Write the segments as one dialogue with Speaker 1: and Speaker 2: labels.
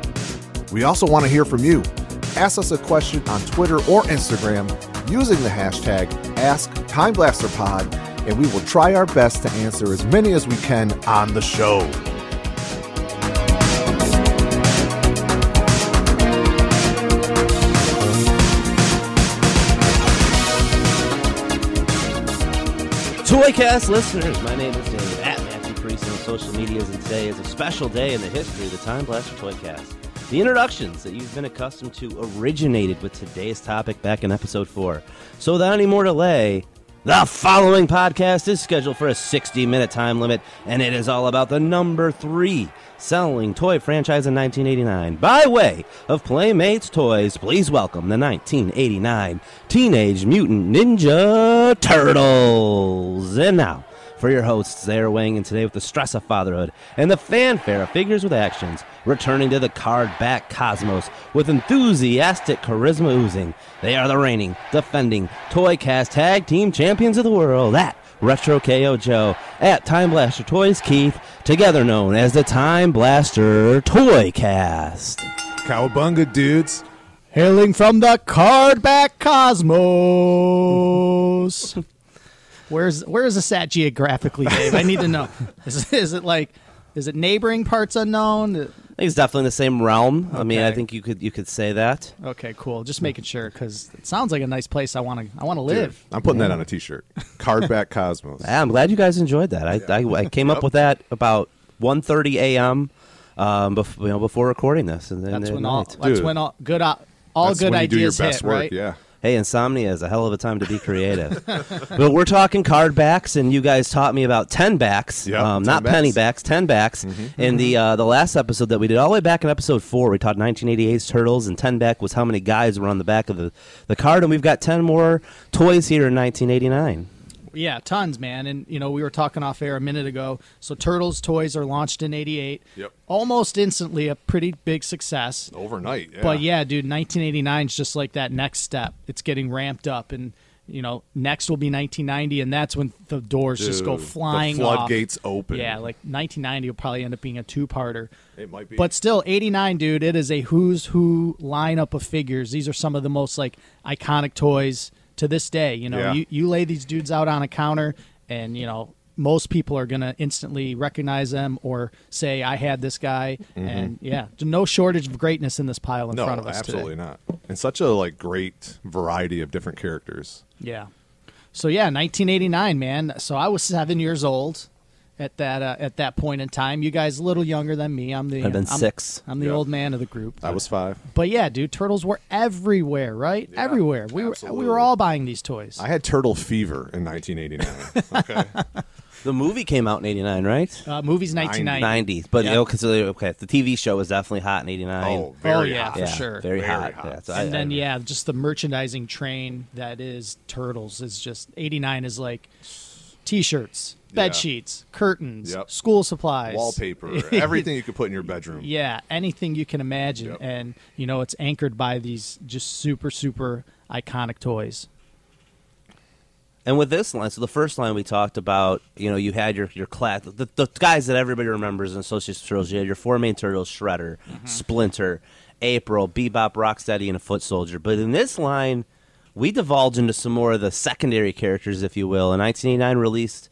Speaker 1: We also want to hear from you. Ask us a question on Twitter or Instagram using the hashtag AskTimeblasterPod, and we will try our best to answer as many as we can on the show.
Speaker 2: Toycast listeners, my name is David at Matthew Priest on social medias, and today is a special day in the history of the Time Blaster Toycast. The introductions that you've been accustomed to originated with today's topic back in episode four. So without any more delay, the following podcast is scheduled for a 60 minute time limit, and it is all about the number three selling toy franchise in 1989. By way of Playmates Toys, please welcome the 1989 Teenage Mutant Ninja Turtles. And now, for your hosts, they are weighing in today with the stress of fatherhood and the fanfare of figures with actions, returning to the card back cosmos with enthusiastic charisma oozing. They are the reigning, defending, Toycast Tag Team Champions of the World at Retro KO Joe at Time Blaster Toys Keith, together known as the Time Blaster Toycast.
Speaker 1: Cowabunga, dudes.
Speaker 3: Hailing from the Cardback Cosmos. Where's where is this at geographically, Dave? I need to know. Is, is it like is it neighboring parts unknown?
Speaker 2: I think it's definitely in the same realm. I mean, I
Speaker 3: Okay.
Speaker 2: think you could you could say that.
Speaker 3: Okay, cool. Just making sure because it sounds like a nice place. I want to I want to live.
Speaker 1: I'm putting that on a t shirt. Cardback Cosmos.
Speaker 2: Yeah, I'm glad you guys enjoyed that. I, I, I came up with that about 1.30 a.m. Um, bef- you know, before recording this, and then
Speaker 3: That's
Speaker 2: at
Speaker 3: when all
Speaker 2: night.
Speaker 3: that's
Speaker 1: Dude.
Speaker 3: when all good all, all
Speaker 1: That's
Speaker 3: good
Speaker 1: when you do your
Speaker 3: ideas
Speaker 1: best
Speaker 3: hit,
Speaker 1: work,
Speaker 3: right?
Speaker 1: yeah.
Speaker 2: Hey, insomnia is a hell of a time to be creative. but we're talking card backs, and you guys taught me about ten backs,
Speaker 1: Yep,
Speaker 2: um,
Speaker 1: 10
Speaker 2: not
Speaker 1: backs.
Speaker 2: penny backs, ten backs. In the uh, the last episode that we did, all the way back in episode four, we taught 1988's turtles, and ten back was how many guys were on the back of the, the card, and we've got ten more toys here in 1989.
Speaker 3: Yeah, tons, man. And you know, we were talking off air a minute ago. So Turtles toys are launched in '88.
Speaker 1: Yep.
Speaker 3: Almost instantly, a pretty big success.
Speaker 1: Overnight. Yeah.
Speaker 3: But yeah, dude, 1989 is just like that next step. It's getting ramped up, and you know, next will be 1990, and that's when the doors just go
Speaker 1: Dude, the
Speaker 3: flying.
Speaker 1: floodgates
Speaker 3: off.
Speaker 1: open.
Speaker 3: Yeah, like 1990 will probably end up being a two-parter.
Speaker 1: It might be.
Speaker 3: But still, 89, dude, it is a who's who lineup of figures. These are some of the most like iconic toys to this day. You know,
Speaker 1: Yeah.
Speaker 3: you you lay these dudes out on a counter, and you know. Most people are gonna instantly recognize them or say, "I had this guy,"
Speaker 1: Mm-hmm.
Speaker 3: and yeah, no shortage of greatness in this pile in
Speaker 4: no,
Speaker 3: front of us today.
Speaker 4: absolutely not. And such a like great variety of different characters.
Speaker 3: Yeah. So yeah, 1989, man. So I was seven years old at that uh, at that point in time. You guys a little younger than me. I'm the
Speaker 2: I've been
Speaker 3: I'm-
Speaker 2: six.
Speaker 3: I'm the
Speaker 4: Yeah.
Speaker 3: old man of the group.
Speaker 4: I was five.
Speaker 3: But yeah, dude, turtles were everywhere, right? everywhere. We were we were
Speaker 4: absolutely.
Speaker 3: all buying these toys.
Speaker 4: I had turtle fever in 1989.
Speaker 2: The movie came out in '89, right?
Speaker 3: uh, movies 1990.
Speaker 2: 90s, but
Speaker 3: Yeah.
Speaker 2: you know, 'cause, uh, okay, the TV show was definitely hot in '89.
Speaker 4: oh, very
Speaker 3: oh yeah,
Speaker 4: hot.
Speaker 3: for
Speaker 2: Yeah,
Speaker 3: sure.
Speaker 2: very,
Speaker 4: Very
Speaker 2: hot.
Speaker 4: hot.
Speaker 2: Yeah, so I-
Speaker 3: and
Speaker 2: I
Speaker 3: then
Speaker 2: remember.
Speaker 3: yeah, just the merchandising train that is turtles is just 89 is like t-shirts, bed
Speaker 4: Yeah.
Speaker 3: sheets, curtains,
Speaker 4: Yep.
Speaker 3: school supplies,
Speaker 4: Wallpaper, everything you could put in your bedroom.
Speaker 3: Yeah, anything you can imagine,
Speaker 4: Yep.
Speaker 3: and you know it's anchored by these just super super iconic toys.
Speaker 2: And with this line, so the first line we talked about, you know, you had your your class, the, the guys that everybody remembers and associates with turtles. You had your four main turtles: Shredder, Splinter, April, Bebop, Rocksteady, and a Foot Soldier. But in this line, we divulge into some more of the secondary characters, if you will. In 1989, released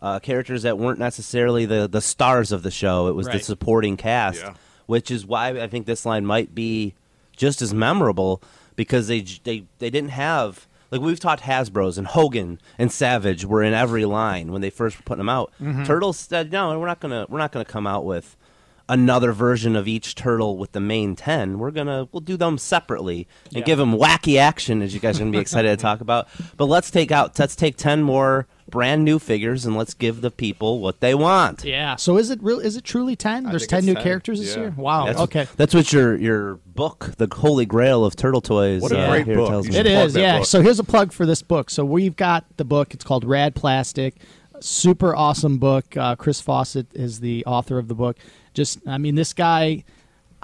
Speaker 2: uh, characters that weren't necessarily the the stars of the show. It was the
Speaker 3: Right.
Speaker 2: supporting cast,
Speaker 4: Yeah.
Speaker 2: which is why I think this line might be just as memorable because they j- they they didn't have like we've taught Hasbro's and Hogan and Savage were in every line when they first were putting them out.
Speaker 3: Mm-hmm.
Speaker 2: Turtles said no, we're not gonna we're not gonna come out with another version of each turtle with the main 10 we're gonna we'll do them separately and
Speaker 3: Yeah.
Speaker 2: give them wacky action as you guys are gonna be excited to talk about but let's take out let's take 10 more brand new figures and let's give the people what they want.
Speaker 3: Yeah. So is it real? Is it truly ten? There's
Speaker 4: think
Speaker 3: ten
Speaker 4: it's
Speaker 3: new
Speaker 4: 10,
Speaker 3: characters this
Speaker 4: yeah.
Speaker 3: year. Wow.
Speaker 2: That's
Speaker 3: okay.
Speaker 2: that's what your your book, the Holy Grail of Turtle Toys.
Speaker 4: What a
Speaker 2: uh,
Speaker 4: great
Speaker 2: here
Speaker 4: book.
Speaker 2: tells
Speaker 4: You
Speaker 2: me.
Speaker 4: should
Speaker 3: It
Speaker 4: plug
Speaker 3: is,
Speaker 4: that
Speaker 3: yeah.
Speaker 4: book.
Speaker 3: So here's a plug for this book. So we've got the book. It's called Rad Plastic. Super awesome book. Uh, Chris Fawcett is the author of the book. Just, I mean, this guy.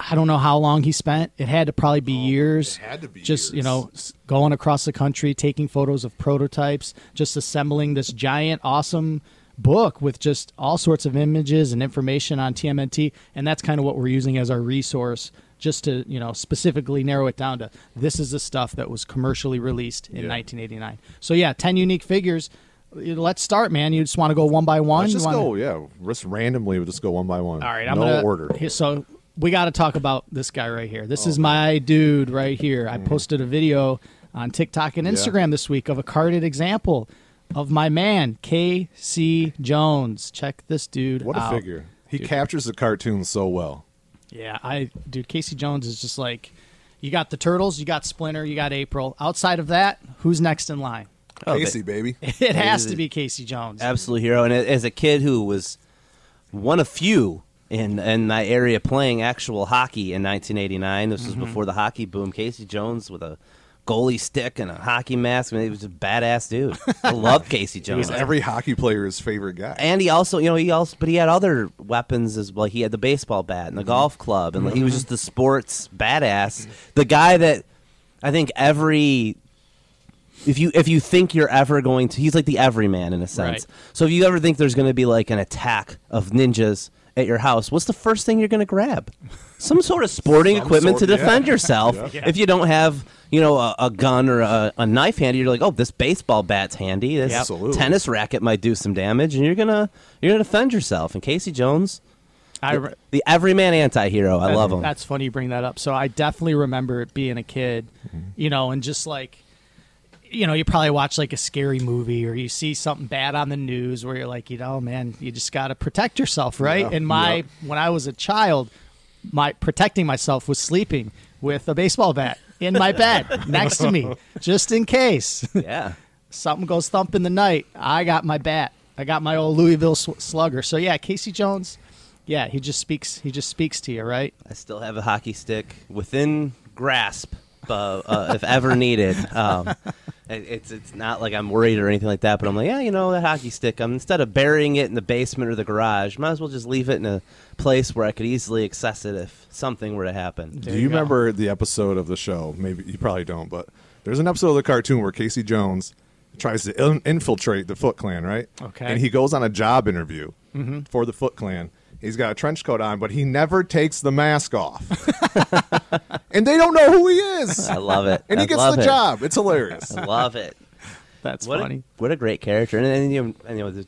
Speaker 3: I don't know how long he spent. It had to probably be years.
Speaker 4: Oh, it had to be
Speaker 3: just you
Speaker 4: years.
Speaker 3: know s- going across the country, taking photos of prototypes, just assembling this giant, awesome book with just all sorts of images and information on TMNT, and that's kind of what we're using as our resource just to you know specifically narrow it down to this is the stuff that was commercially released in 1989. So yeah, ten unique figures. You know, Let's start, man. You just want to go one by one.
Speaker 4: Let's
Speaker 3: You
Speaker 4: just
Speaker 3: wanna-
Speaker 4: go, yeah. Just randomly, we'll just go one by one.
Speaker 3: all right, I'm
Speaker 4: no
Speaker 3: gonna
Speaker 4: order. Oh,
Speaker 3: here- so we got to talk about this guy right here. This is my dude right here.
Speaker 4: Mm.
Speaker 3: I posted a video on TikTok and Instagram this week of a carded example of my man KC Jones. Check this dude.
Speaker 4: What a
Speaker 3: out.
Speaker 4: figure! He captures the cartoon so well.
Speaker 3: Yeah, I dude Casey Jones is just like you got the turtles, you got Splinter, you got April. Outside of that, who's next in line?
Speaker 2: Oh, they-
Speaker 4: Casey, baby.
Speaker 3: It has
Speaker 2: He's
Speaker 3: to
Speaker 2: a-
Speaker 3: be Casey Jones.
Speaker 2: absolute hero. And as a kid who was one of few in in my area playing actual hockey in 1989, this was
Speaker 4: Mm-hmm.
Speaker 2: before the hockey boom. Casey Jones with a goalie stick and a hockey mask. I mean, he was a badass dude. I love Casey
Speaker 4: He
Speaker 2: Jones.
Speaker 4: was every hockey player's favorite guy.
Speaker 2: and he also, you know, he also, but he had other weapons as well. He had the baseball bat and the
Speaker 4: Mm-hmm.
Speaker 2: golf club, and like, he was just the sports badass, the guy that I think every if you if you think you're ever going to, he's like the everyman in a sense.
Speaker 3: Right.
Speaker 2: So if you ever think there's going to be like an attack of ninjas at your house, what's the first thing you're going to grab? Some sort of sporting
Speaker 4: Some
Speaker 2: equipment
Speaker 4: sort-
Speaker 2: to defend
Speaker 4: yeah.
Speaker 2: yourself.
Speaker 4: Yeah.
Speaker 2: If you don't have, you know, a, a gun or a, a knife handy, you're like, oh, this baseball bat's handy. This
Speaker 4: Yep. Absolutely.
Speaker 2: tennis racket might do some damage, and you're gonna you're gonna defend yourself. And Casey Jones,
Speaker 3: I re-
Speaker 2: the everyman anti-hero. I
Speaker 3: That-
Speaker 2: love him.
Speaker 3: That's funny you bring that up. So I definitely remember it being a kid, you know, and just like, you know, you probably watch like a scary movie or you see something bad on the news where you're like, you know, man, you just got to protect yourself, right?
Speaker 4: Yeah,
Speaker 3: and my,
Speaker 4: yep.
Speaker 3: when I was a child, my protecting myself was sleeping with a baseball bat in my bed next to me, just in case
Speaker 2: Yeah.
Speaker 3: something goes thump in the night. I got my bat. I got my old Louisville sl- slugger. So yeah, Casey Jones. Yeah, he just speaks. He just speaks to you, right?
Speaker 2: I still have a hockey stick within grasp, uh, uh, if ever needed. Um, it- it's it's not like I'm worried or anything like that, but I'm like, yeah, you know, that hockey stick. I'm instead of burying it in the basement or the garage, might as well just leave it in a place where I could easily access it if something were to happen.
Speaker 4: Do
Speaker 3: There
Speaker 4: you,
Speaker 3: you go.
Speaker 4: remember the episode of the show? Maybe you probably don't, but there's an episode of the cartoon where Casey Jones tries to in- infiltrate the Foot Clan, right?
Speaker 3: Okay. Mm-hmm.
Speaker 4: And he goes on a job interview for the Foot Clan. He's got a trench coat on, but he never takes the mask off. and they don't know who he is.
Speaker 2: I love it.
Speaker 4: And
Speaker 2: I
Speaker 4: he gets
Speaker 2: love
Speaker 4: the
Speaker 2: it.
Speaker 4: job. It's hilarious.
Speaker 2: I love it.
Speaker 3: That's
Speaker 2: what
Speaker 3: funny.
Speaker 2: A, what a great character. And, and, you know, and, you know, the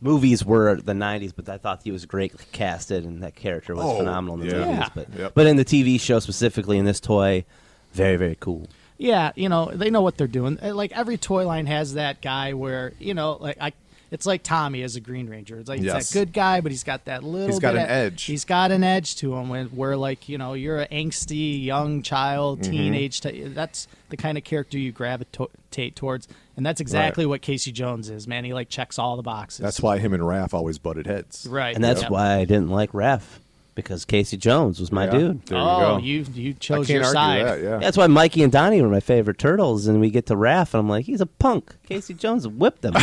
Speaker 2: movies were the 90s, but I thought he was great casted, and that character was
Speaker 4: Oh,
Speaker 2: phenomenal in the
Speaker 4: yeah.
Speaker 2: movies.
Speaker 3: Yeah.
Speaker 2: But,
Speaker 4: Yep.
Speaker 2: but in the TV show specifically, in this toy, very, very cool.
Speaker 3: yeah, you know, they know what they're doing. Uh, Like every toy line has that guy where you know, like I. It's like Tommy as a Green Ranger. It's like
Speaker 4: Yes.
Speaker 3: he's that good guy, but he's got that little.
Speaker 4: He's got
Speaker 3: bit
Speaker 4: an
Speaker 3: of-
Speaker 4: edge.
Speaker 3: He's got an edge to him, when, where like you know you're an angsty young child,
Speaker 4: Mm-hmm.
Speaker 3: teenage. T- that's the kind of character you gravitate towards, and that's exactly what Casey Jones is. Man, he like checks all the boxes.
Speaker 4: That's why him and Raph always butted heads.
Speaker 3: right,
Speaker 2: And that's
Speaker 3: Yep.
Speaker 2: why I didn't like Ref, because Casey Jones was my
Speaker 4: Yeah.
Speaker 2: dude.
Speaker 4: There you
Speaker 3: oh,
Speaker 4: go.
Speaker 3: you, you
Speaker 4: I
Speaker 3: chose
Speaker 4: can't
Speaker 3: your
Speaker 4: argue
Speaker 3: side.
Speaker 4: that, yeah.
Speaker 2: That's why Mikey and Donnie were my favorite turtles, and we get to Raph, and I'm like, he's a punk. Casey Jones whipped him.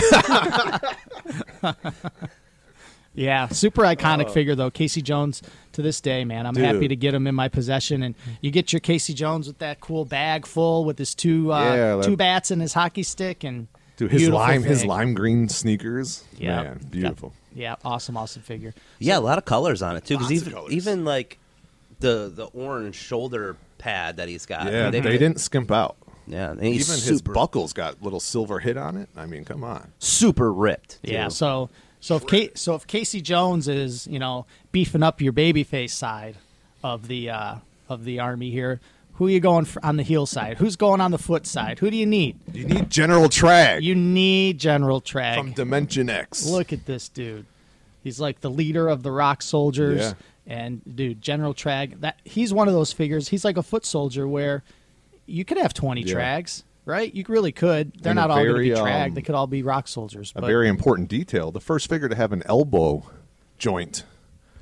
Speaker 3: Yeah, super iconic figure though. Casey Jones to this day, man. I'm happy
Speaker 4: Oh. Dude.
Speaker 3: to get him in my possession. And you get your Casey Jones with that cool bag full with his two uh,
Speaker 4: Yeah, that-
Speaker 3: two bats and his hockey stick and
Speaker 4: Dude, his
Speaker 3: beautiful
Speaker 4: lime his
Speaker 3: thing.
Speaker 4: lime green sneakers.
Speaker 3: Yeah.
Speaker 4: Man, beautiful.
Speaker 3: Yeah, awesome, awesome figure.
Speaker 2: Yeah, a lot of colors on it too. Because
Speaker 4: Lots of
Speaker 2: even
Speaker 4: colors.
Speaker 2: even like the the orange shoulder pad that he's
Speaker 3: Uh,
Speaker 2: got. I
Speaker 4: Yeah,
Speaker 2: mean,
Speaker 4: they didn't skimp out.
Speaker 2: Yeah, and he's
Speaker 4: Even his
Speaker 2: super,
Speaker 4: buckles got little silver hit on it. I mean, come on.
Speaker 2: super ripped.
Speaker 3: Yeah.
Speaker 2: too.
Speaker 3: So so if Kate, so if Casey Jones is you know beefing up your babyface side of the uh, of the army here, who are you going for on the heel side? Who's going on the foot side? Who do you need?
Speaker 4: You need General Trag
Speaker 3: You need General Trag.
Speaker 4: from Dimension X.
Speaker 3: Look at this dude. He's like the leader of the rock soldiers.
Speaker 4: Yeah.
Speaker 3: And dude, General Trag, that he's one of those figures. He's like a foot soldier where you could have 20
Speaker 4: Yeah.
Speaker 3: Trags. right? You really could. They're
Speaker 4: And
Speaker 3: not
Speaker 4: a
Speaker 3: all going to be
Speaker 4: very,
Speaker 3: tragged.
Speaker 4: um,
Speaker 3: they could all be rock soldiers.
Speaker 4: A
Speaker 3: But
Speaker 4: very important detail. The first figure to have an elbow joint.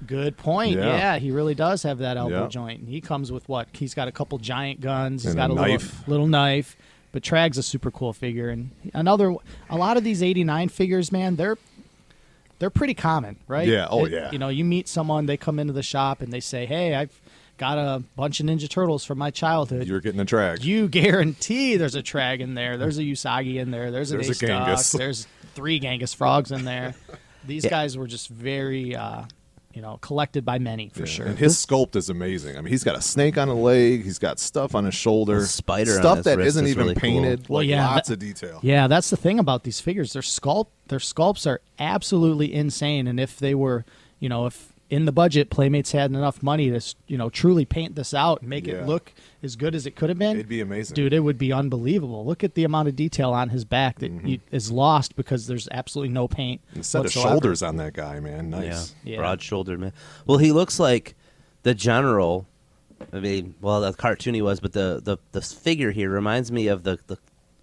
Speaker 3: good point.
Speaker 4: Yeah.
Speaker 3: Yeah. he really does have that elbow
Speaker 4: Yeah.
Speaker 3: joint. He comes with what? He's got a couple giant guns. He's
Speaker 4: And a
Speaker 3: got a,
Speaker 4: knife.
Speaker 3: Little, little knife. But Trag's a super cool figure, and another. A lot of these '89 figures, man, they're they're pretty common, right?
Speaker 4: Yeah, oh, yeah.
Speaker 3: You know, you meet someone, they come into the shop, and they say, "Hey, I've got a bunch of Ninja Turtles from my childhood.
Speaker 4: You're getting the drag.
Speaker 3: you guarantee there's a Trag in there. There's a Usagi in there. There's a,
Speaker 4: There's a
Speaker 3: Daystalk,
Speaker 4: Genghis.
Speaker 3: There's three Genghis frogs in there. These guys were just very, uh, you know, collected by many for sure.
Speaker 4: And his sculpt is amazing. I mean, he's got a snake on a leg. He's got stuff on his shoulder.
Speaker 2: A spider on
Speaker 4: Stuff
Speaker 2: his
Speaker 4: that
Speaker 2: wrist
Speaker 4: isn't
Speaker 2: is
Speaker 4: even
Speaker 2: really cool.
Speaker 4: painted.
Speaker 3: Well,
Speaker 4: like,
Speaker 3: yeah,
Speaker 4: Lots
Speaker 3: that-
Speaker 4: of detail.
Speaker 3: yeah, that's the thing about these figures. Their sculpt, their sculpts are absolutely insane. And if they were, you know, if in the budget Playmates had enough money to, s- you know, truly paint this out and make
Speaker 4: Yeah.
Speaker 3: it look as good as it could have been,
Speaker 4: It'd be amazing.
Speaker 3: dude. It would be unbelievable. Look at the amount of detail on his back that you, is lost because there's absolutely no paint.
Speaker 4: And set
Speaker 3: whatsoever.
Speaker 4: Mm-hmm. of shoulders on that guy, man. Nice.
Speaker 3: Yeah.
Speaker 2: broad shouldered man. Well, he looks like the general. I mean, well, the cartoon he was, but the the, the figure here reminds me of the, the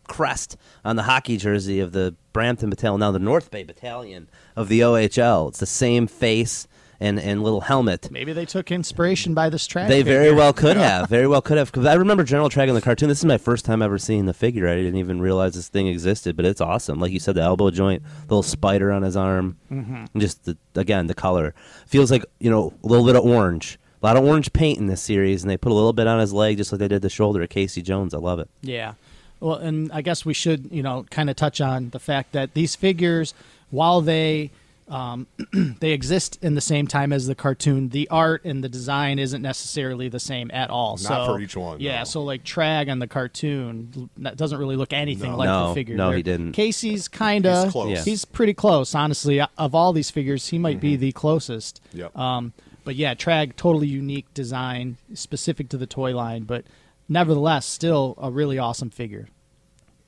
Speaker 2: crest on the hockey jersey of the Brampton Battalion, now the North Bay Battalion of the OHL. It's the same face and and little helmet.
Speaker 3: Maybe they took inspiration by this track.
Speaker 2: They very well could have, very well could have. Because I remember General Trag in the cartoon. This is my first time ever seeing the figure. I didn't even realize this thing existed, but it's awesome. Like you said, the elbow joint, the little spider on his arm, and just the, again the color feels like you know a little bit of orange. A lot of orange paint in this series, and they put a little bit on his leg, just like they did the shoulder of Casey Jones. I love it.
Speaker 3: Yeah. Well, and I guess we should, you know, kind of touch on the fact that these figures, while they um, they exist in the same time as the cartoon, the art and the design isn't necessarily the same at all.
Speaker 4: Not
Speaker 3: so,
Speaker 4: for each one,
Speaker 3: Yeah.
Speaker 4: no.
Speaker 3: So like Trag on the cartoon l- that doesn't really look anything like
Speaker 2: No,
Speaker 3: the figure.
Speaker 2: no,
Speaker 3: there.
Speaker 2: he didn't.
Speaker 3: Casey's kind of
Speaker 4: He's close. Yeah.
Speaker 3: He's pretty close, honestly. Uh, Of all these figures, he might be the closest.
Speaker 4: Mm-hmm. Yep.
Speaker 3: Um, but yeah, Trag, totally unique design, specific to the toy line, but nevertheless, still a really awesome figure.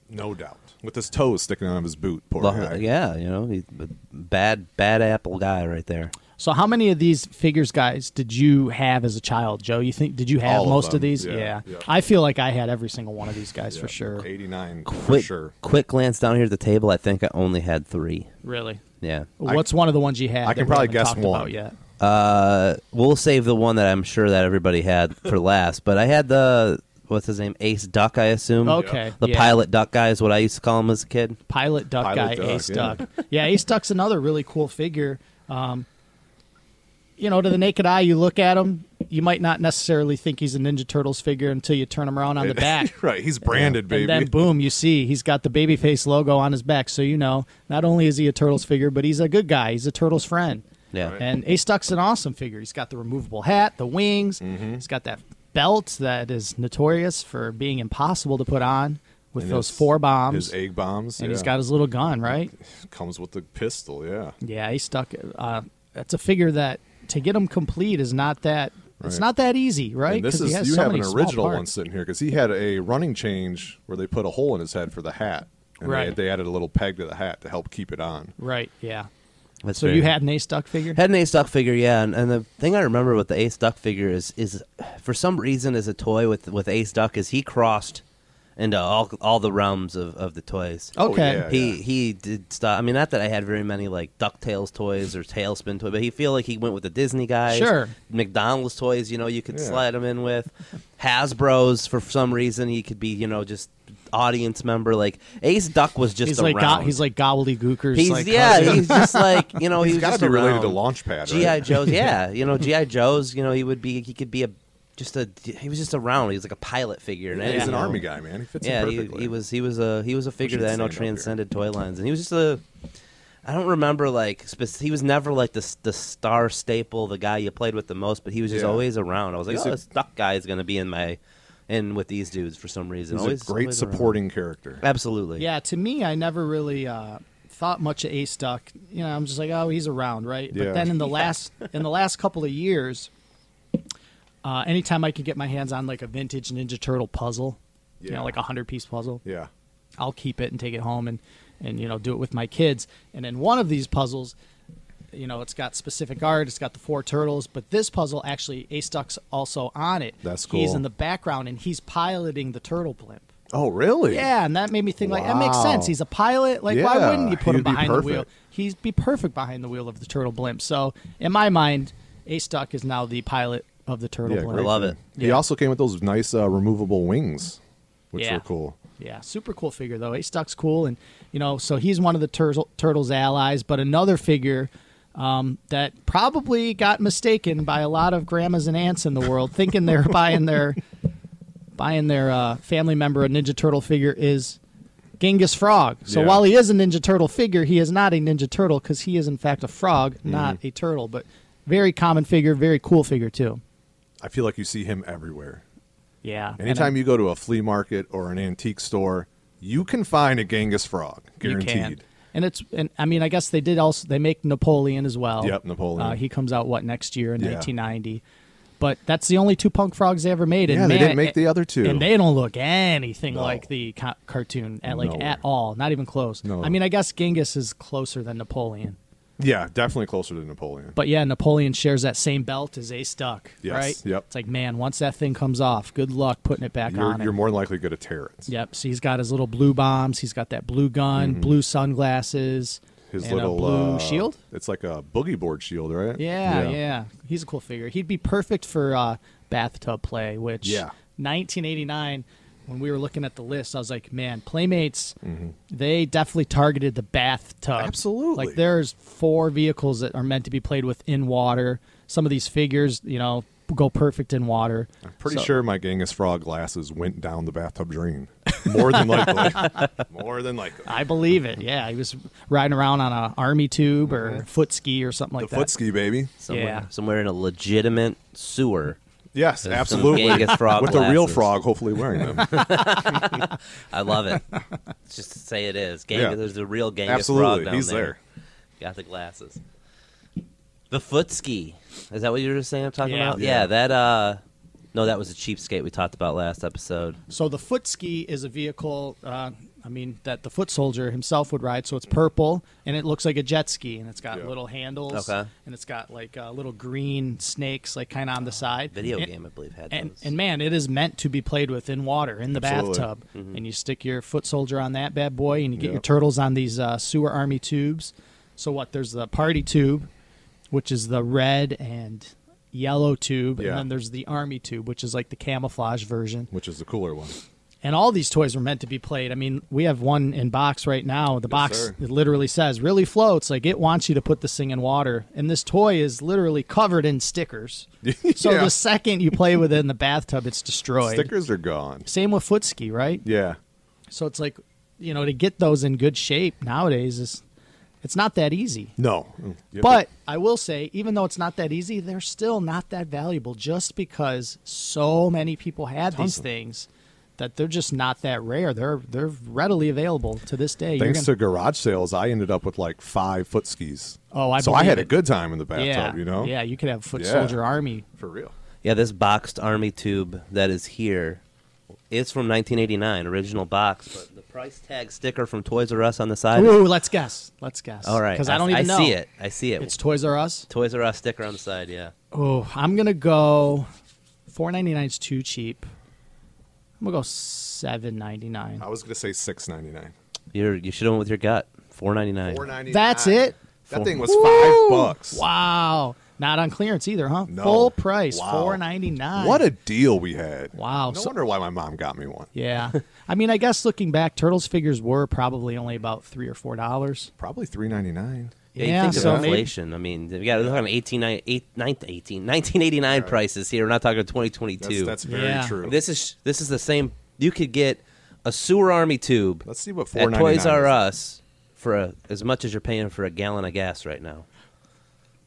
Speaker 4: No doubt. With his toes sticking out of his boot. Poor
Speaker 2: Well,
Speaker 4: guy.
Speaker 2: yeah, you know, he, bad bad apple guy right there.
Speaker 3: So, how many of these figures, guys, did you have as a child, Joe? You think did you have
Speaker 4: All of
Speaker 3: most
Speaker 4: them,
Speaker 3: of these?
Speaker 4: yeah, yeah.
Speaker 3: I feel like I had every single one of these guys
Speaker 4: Yeah.
Speaker 3: for sure.
Speaker 4: 89 for
Speaker 2: Quick,
Speaker 4: sure.
Speaker 2: quick glance down here at the table. I think I only had three.
Speaker 3: Really?
Speaker 2: Yeah,
Speaker 3: What's one of the ones you had?
Speaker 4: I can
Speaker 3: that we
Speaker 4: probably
Speaker 3: haven't
Speaker 4: guess
Speaker 3: talked
Speaker 4: one.
Speaker 3: about yet.
Speaker 2: Uh, we'll save the one that I'm sure that everybody had for last. But I had the what's his name, Ace Duck. I assume.
Speaker 3: Okay,
Speaker 2: The
Speaker 3: yeah.
Speaker 2: pilot duck guy is what I used to call him as a kid.
Speaker 3: Pilot Duck
Speaker 4: Pilot
Speaker 3: guy,
Speaker 4: Duck,
Speaker 3: Ace
Speaker 4: yeah.
Speaker 3: Duck. Yeah, Ace Duck's another really cool figure. Um, you know, to the naked eye, you look at him, you might not necessarily think he's a Ninja Turtles figure until you turn him around on the back.
Speaker 4: right. He's branded, baby.
Speaker 3: And then boom, you see he's got the babyface logo on his back, so you know not only is he a Turtles figure, but he's a good guy. He's a Turtles friend.
Speaker 2: Yeah. Right.
Speaker 3: And Ace Duck's an awesome figure. He's got the removable hat, the wings.
Speaker 4: Mm-hmm.
Speaker 3: He's got that belt that is notorious for being impossible to put on with
Speaker 4: And
Speaker 3: those
Speaker 4: his-
Speaker 3: four bombs.
Speaker 4: His egg bombs.
Speaker 3: and he's
Speaker 4: yeah.
Speaker 3: got his little gun, right?
Speaker 4: Comes with the pistol, yeah.
Speaker 3: Yeah, he stuck. Uh, that's a figure that to get him complete is not that. It's
Speaker 4: Right.
Speaker 3: not that easy, right?
Speaker 4: And this
Speaker 3: 'Cause he
Speaker 4: is
Speaker 3: has
Speaker 4: you
Speaker 3: so
Speaker 4: have an
Speaker 3: many small
Speaker 4: original one
Speaker 3: parts.
Speaker 4: sitting here because he had a running change where they put a hole in his head for the hat, and they-
Speaker 3: Right.
Speaker 4: they, added a little peg to the hat to help keep it on.
Speaker 3: Right. Yeah.
Speaker 2: That's
Speaker 3: So
Speaker 2: very-
Speaker 3: you had an Ace Duck figure.
Speaker 2: had an Ace Duck figure, yeah. And, and the thing I remember with the Ace Duck figure is is for some reason as a toy with with Ace Duck is he crossed into all all the realms of, of the toys.
Speaker 3: Okay.
Speaker 4: Oh, yeah.
Speaker 2: he he did stuff. I mean, not that I had very many like Ducktales toys or Tailspin toys, but he feel like he went with the Disney guys.
Speaker 3: Sure.
Speaker 2: McDonald's toys, you know, you could
Speaker 4: Yeah.
Speaker 2: slide him in with Hasbro's for some reason. He could be, you know, just audience member. Like Ace Duck was just
Speaker 3: he's
Speaker 2: around.
Speaker 3: like go- he's like gobbledygookers.
Speaker 2: He's-
Speaker 3: like,
Speaker 2: yeah,
Speaker 3: cousin.
Speaker 2: he's just like you know he
Speaker 4: He's
Speaker 2: was
Speaker 4: got
Speaker 2: just
Speaker 4: to be related
Speaker 2: around.
Speaker 4: to Launchpad,
Speaker 2: GI
Speaker 4: right?
Speaker 2: Joe's, yeah, you know GI Joe's, you know he would be he could be a just a he was just around. He was like a pilot figure. And I
Speaker 4: He's
Speaker 2: didn't
Speaker 4: an
Speaker 2: know-
Speaker 4: army guy, man. He fits
Speaker 2: yeah,
Speaker 4: in
Speaker 2: he,
Speaker 4: perfectly.
Speaker 2: he was he was a he was a figure
Speaker 4: should
Speaker 2: that I know
Speaker 4: stand up here.
Speaker 2: transcended toy lines, and he was just a. I don't remember like spec- he was never like the the star staple, the guy you played with the most, but he was just
Speaker 4: Yeah.
Speaker 2: always around. I was like,
Speaker 4: He's
Speaker 2: oh,
Speaker 4: a-
Speaker 2: this duck guy is going to be in my in with these dudes for some reason.
Speaker 4: He's
Speaker 2: always
Speaker 4: a great
Speaker 2: always around.
Speaker 4: supporting character.
Speaker 2: Absolutely,
Speaker 3: Yeah, to me, I never really uh, thought much of Ace Duck. You know, I'm just like, oh, he's around, right?
Speaker 4: Yeah.
Speaker 3: But then in the last in the last couple of years, uh, anytime I could get my hands on like a vintage Ninja Turtle puzzle, you
Speaker 4: Yeah.
Speaker 3: know, like a hundred piece puzzle,
Speaker 4: Yeah,
Speaker 3: I'll keep it and take it home and and you know do it with my kids. And in one of these puzzles, you know, it's got specific art. It's got the four turtles, but this puzzle actually Ace Duck's also on it.
Speaker 4: That's
Speaker 3: He's
Speaker 4: cool.
Speaker 3: in the background and he's piloting the turtle blimp.
Speaker 4: Oh, really?
Speaker 3: Yeah, and that made me think like that makes
Speaker 4: Wow.
Speaker 3: sense. He's a pilot. Like, why
Speaker 4: Yeah,
Speaker 3: wouldn't you put him
Speaker 4: he'd be
Speaker 3: behind the wheel?
Speaker 4: perfect.
Speaker 3: He'd be perfect behind the wheel of the turtle blimp. So in my mind, Ace Duck is now the pilot of the turtle
Speaker 4: Yeah,
Speaker 3: blimp.
Speaker 4: great
Speaker 2: I love
Speaker 4: thing.
Speaker 2: it.
Speaker 4: He
Speaker 3: Yeah.
Speaker 4: also came with those nice uh, removable wings, which
Speaker 3: Yeah.
Speaker 4: were cool.
Speaker 3: Yeah, super cool figure though. Ace Duck's cool, and you know, so he's one of the turtle, turtles' allies. But another figure um, that probably got mistaken by a lot of grandmas and aunts in the world, thinking they're buying their buying their uh, family member a Ninja Turtle figure is Genghis Frog. So
Speaker 4: Yeah.
Speaker 3: while he is a Ninja Turtle figure, he is not a Ninja Turtle because he is in fact a frog, not
Speaker 4: Mm-hmm.
Speaker 3: a turtle. But very common figure, very cool figure too.
Speaker 4: I feel like you see him everywhere.
Speaker 3: Yeah. and
Speaker 4: Anytime you go to a flea market or an antique store, you can find a Genghis frog, guaranteed.
Speaker 3: You can. And it's and I mean I guess they did also they make Napoleon as well.
Speaker 4: Yep, Napoleon.
Speaker 3: Uh, he comes out what next year in
Speaker 4: Yeah.
Speaker 3: 1990. But that's the only two punk frogs they ever made. And
Speaker 4: Yeah, they
Speaker 3: man, eh,
Speaker 4: didn't make the other two.
Speaker 3: And they don't look anything
Speaker 4: No.
Speaker 3: like the co- cartoon at like
Speaker 4: No.
Speaker 3: at all. Not even close.
Speaker 4: No.
Speaker 3: I mean I guess Genghis is closer than Napoleon.
Speaker 4: Yeah, definitely closer to Napoleon.
Speaker 3: But yeah, Napoleon shares that same belt as Ace Duck.
Speaker 4: Yes,
Speaker 3: Right.
Speaker 4: yep.
Speaker 3: It's like man, once that thing comes off, good luck putting it back
Speaker 4: you're,
Speaker 3: on.
Speaker 4: you're
Speaker 3: him.
Speaker 4: more than likely going to tear it.
Speaker 3: Yep. So he's got his little blue bombs. He's got that blue gun, blue sunglasses,
Speaker 4: Mm-hmm. His
Speaker 3: and
Speaker 4: little
Speaker 3: a blue
Speaker 4: uh,
Speaker 3: shield.
Speaker 4: It's like a boogie board shield, right?
Speaker 3: Yeah, yeah, He's a cool figure. He'd be perfect for uh, bathtub play, which
Speaker 4: Yeah.
Speaker 3: 1989 when we were looking at the list, I was like, man, Playmates, they definitely targeted the bathtub.
Speaker 4: Mm-hmm. Absolutely.
Speaker 3: Like there's four vehicles that are meant to be played with in water. Some of these figures, you know, go perfect in water.
Speaker 4: I'm pretty
Speaker 3: So-
Speaker 4: sure my Genghis frog glasses went down the bathtub drain. More than likely. more than likely.
Speaker 3: I believe it. Yeah, he was riding around on a army tube or foot ski or something
Speaker 4: Uh-huh. The
Speaker 3: like that.
Speaker 4: foot ski, baby.
Speaker 2: Somewhere,
Speaker 3: Yeah.
Speaker 2: somewhere in a legitimate sewer.
Speaker 4: Yes,
Speaker 2: There's some
Speaker 4: absolutely.
Speaker 2: Genghis frog
Speaker 4: With a real
Speaker 2: glasses.
Speaker 4: frog, hopefully wearing them.
Speaker 2: I love it. Let's just say it is. Gang-
Speaker 4: Yeah.
Speaker 2: There's a real Genghis
Speaker 4: Absolutely.
Speaker 2: Frog down
Speaker 4: He's
Speaker 2: Got the glasses. The foot ski. Is that what you were saying I'm talking
Speaker 3: Yeah.
Speaker 2: about?
Speaker 4: Yeah.
Speaker 2: Yeah, that uh no, that was a cheapskate we talked about last episode.
Speaker 3: So the foot ski is a vehicle. Uh, I mean that the foot soldier himself would ride. So it's purple and it looks like a jet ski, and it's got
Speaker 4: Yeah.
Speaker 3: little handles.
Speaker 2: Okay.
Speaker 3: And it's got like uh, little green snakes, like kind of on the side.
Speaker 2: Video
Speaker 3: and,
Speaker 2: game I believe had
Speaker 3: And,
Speaker 2: those.
Speaker 3: and man, it is meant to be played with in water in the
Speaker 4: Absolutely.
Speaker 3: bathtub, and you stick your foot soldier on that bad boy, and you get
Speaker 4: Yeah.
Speaker 3: your turtles on these uh, sewer army tubes. So what? There's the party tube, which is the red and yellow tube,
Speaker 4: Yeah.
Speaker 3: and then there's the army tube, which is like the camouflage version
Speaker 4: Which is the cooler one.
Speaker 3: and all these toys were meant to be played. I mean, we have one in box right now. The box
Speaker 4: sir.
Speaker 3: it literally says really floats, like it wants you to put this thing in water. And this toy is literally covered in stickers. So
Speaker 4: Yeah.
Speaker 3: the second you play with it in the bathtub, it's destroyed.
Speaker 4: Stickers are gone.
Speaker 3: Same with Footski, right?
Speaker 4: Yeah.
Speaker 3: So it's like, you know, to get those in good shape nowadays is it's not that easy.
Speaker 4: No. Mm. You have
Speaker 3: But I will say, even though it's not that easy, they're still not that valuable just because so many people had
Speaker 4: Tons
Speaker 3: these
Speaker 4: of them.
Speaker 3: things that they're just not that rare. They're they're readily available to this day.
Speaker 4: to-
Speaker 3: You're
Speaker 4: thanks
Speaker 3: gonna-
Speaker 4: to garage sales, I ended up with like five foot skis.
Speaker 3: Oh, I
Speaker 4: So I
Speaker 3: believe
Speaker 4: had a
Speaker 3: it.
Speaker 4: good time in the bathtub,
Speaker 3: yeah,
Speaker 4: you know?
Speaker 3: Yeah, you could have foot
Speaker 4: Yeah.
Speaker 3: soldier army.
Speaker 4: For real.
Speaker 2: Yeah, this boxed army tube that is here is from 1989, original box, but the price tag sticker from Toys R Us on the side.
Speaker 3: Ooh, let's guess. Let's guess.
Speaker 2: All right.
Speaker 3: because I don't even know.
Speaker 2: see it. I see it.
Speaker 3: It's Toys R Us.
Speaker 2: Toys R Us sticker on the side, yeah.
Speaker 3: Oh, I'm gonna go. Four ninety nine is too cheap. I'm gonna go seven ninety nine.
Speaker 4: I was going to say six ninety nine.
Speaker 2: You're, you should have went with your gut. Four ninety nine.
Speaker 4: Four ninety nine.
Speaker 3: That's it?
Speaker 4: That thing was
Speaker 3: Woo!
Speaker 4: five bucks.
Speaker 3: Wow, not on clearance either, huh?
Speaker 4: No.
Speaker 3: Full price,
Speaker 4: Wow.
Speaker 3: four ninety nine.
Speaker 4: What a deal we had.
Speaker 3: Wow,
Speaker 4: No
Speaker 3: so-
Speaker 4: wonder why my mom got me one.
Speaker 3: Yeah. I mean, I guess looking back, Turtles figures were probably only about three or four dollars.
Speaker 4: Probably three ninety nine.
Speaker 2: Yeah,
Speaker 3: Yeah,
Speaker 2: you think
Speaker 3: so
Speaker 2: of
Speaker 3: maybe-
Speaker 2: inflation. I mean, we got to look on 18, nine- eight- nine- 18 1989 prices here. We're not talking
Speaker 4: That's,
Speaker 2: 2022.
Speaker 4: that's very
Speaker 3: Yeah.
Speaker 4: true.
Speaker 2: this is this is the same. You could get a sewer army tube.
Speaker 4: Let's see what four
Speaker 2: at
Speaker 4: ninety nine.
Speaker 2: Toys uh, R Us for a, as much as you're paying for a gallon of gas right now.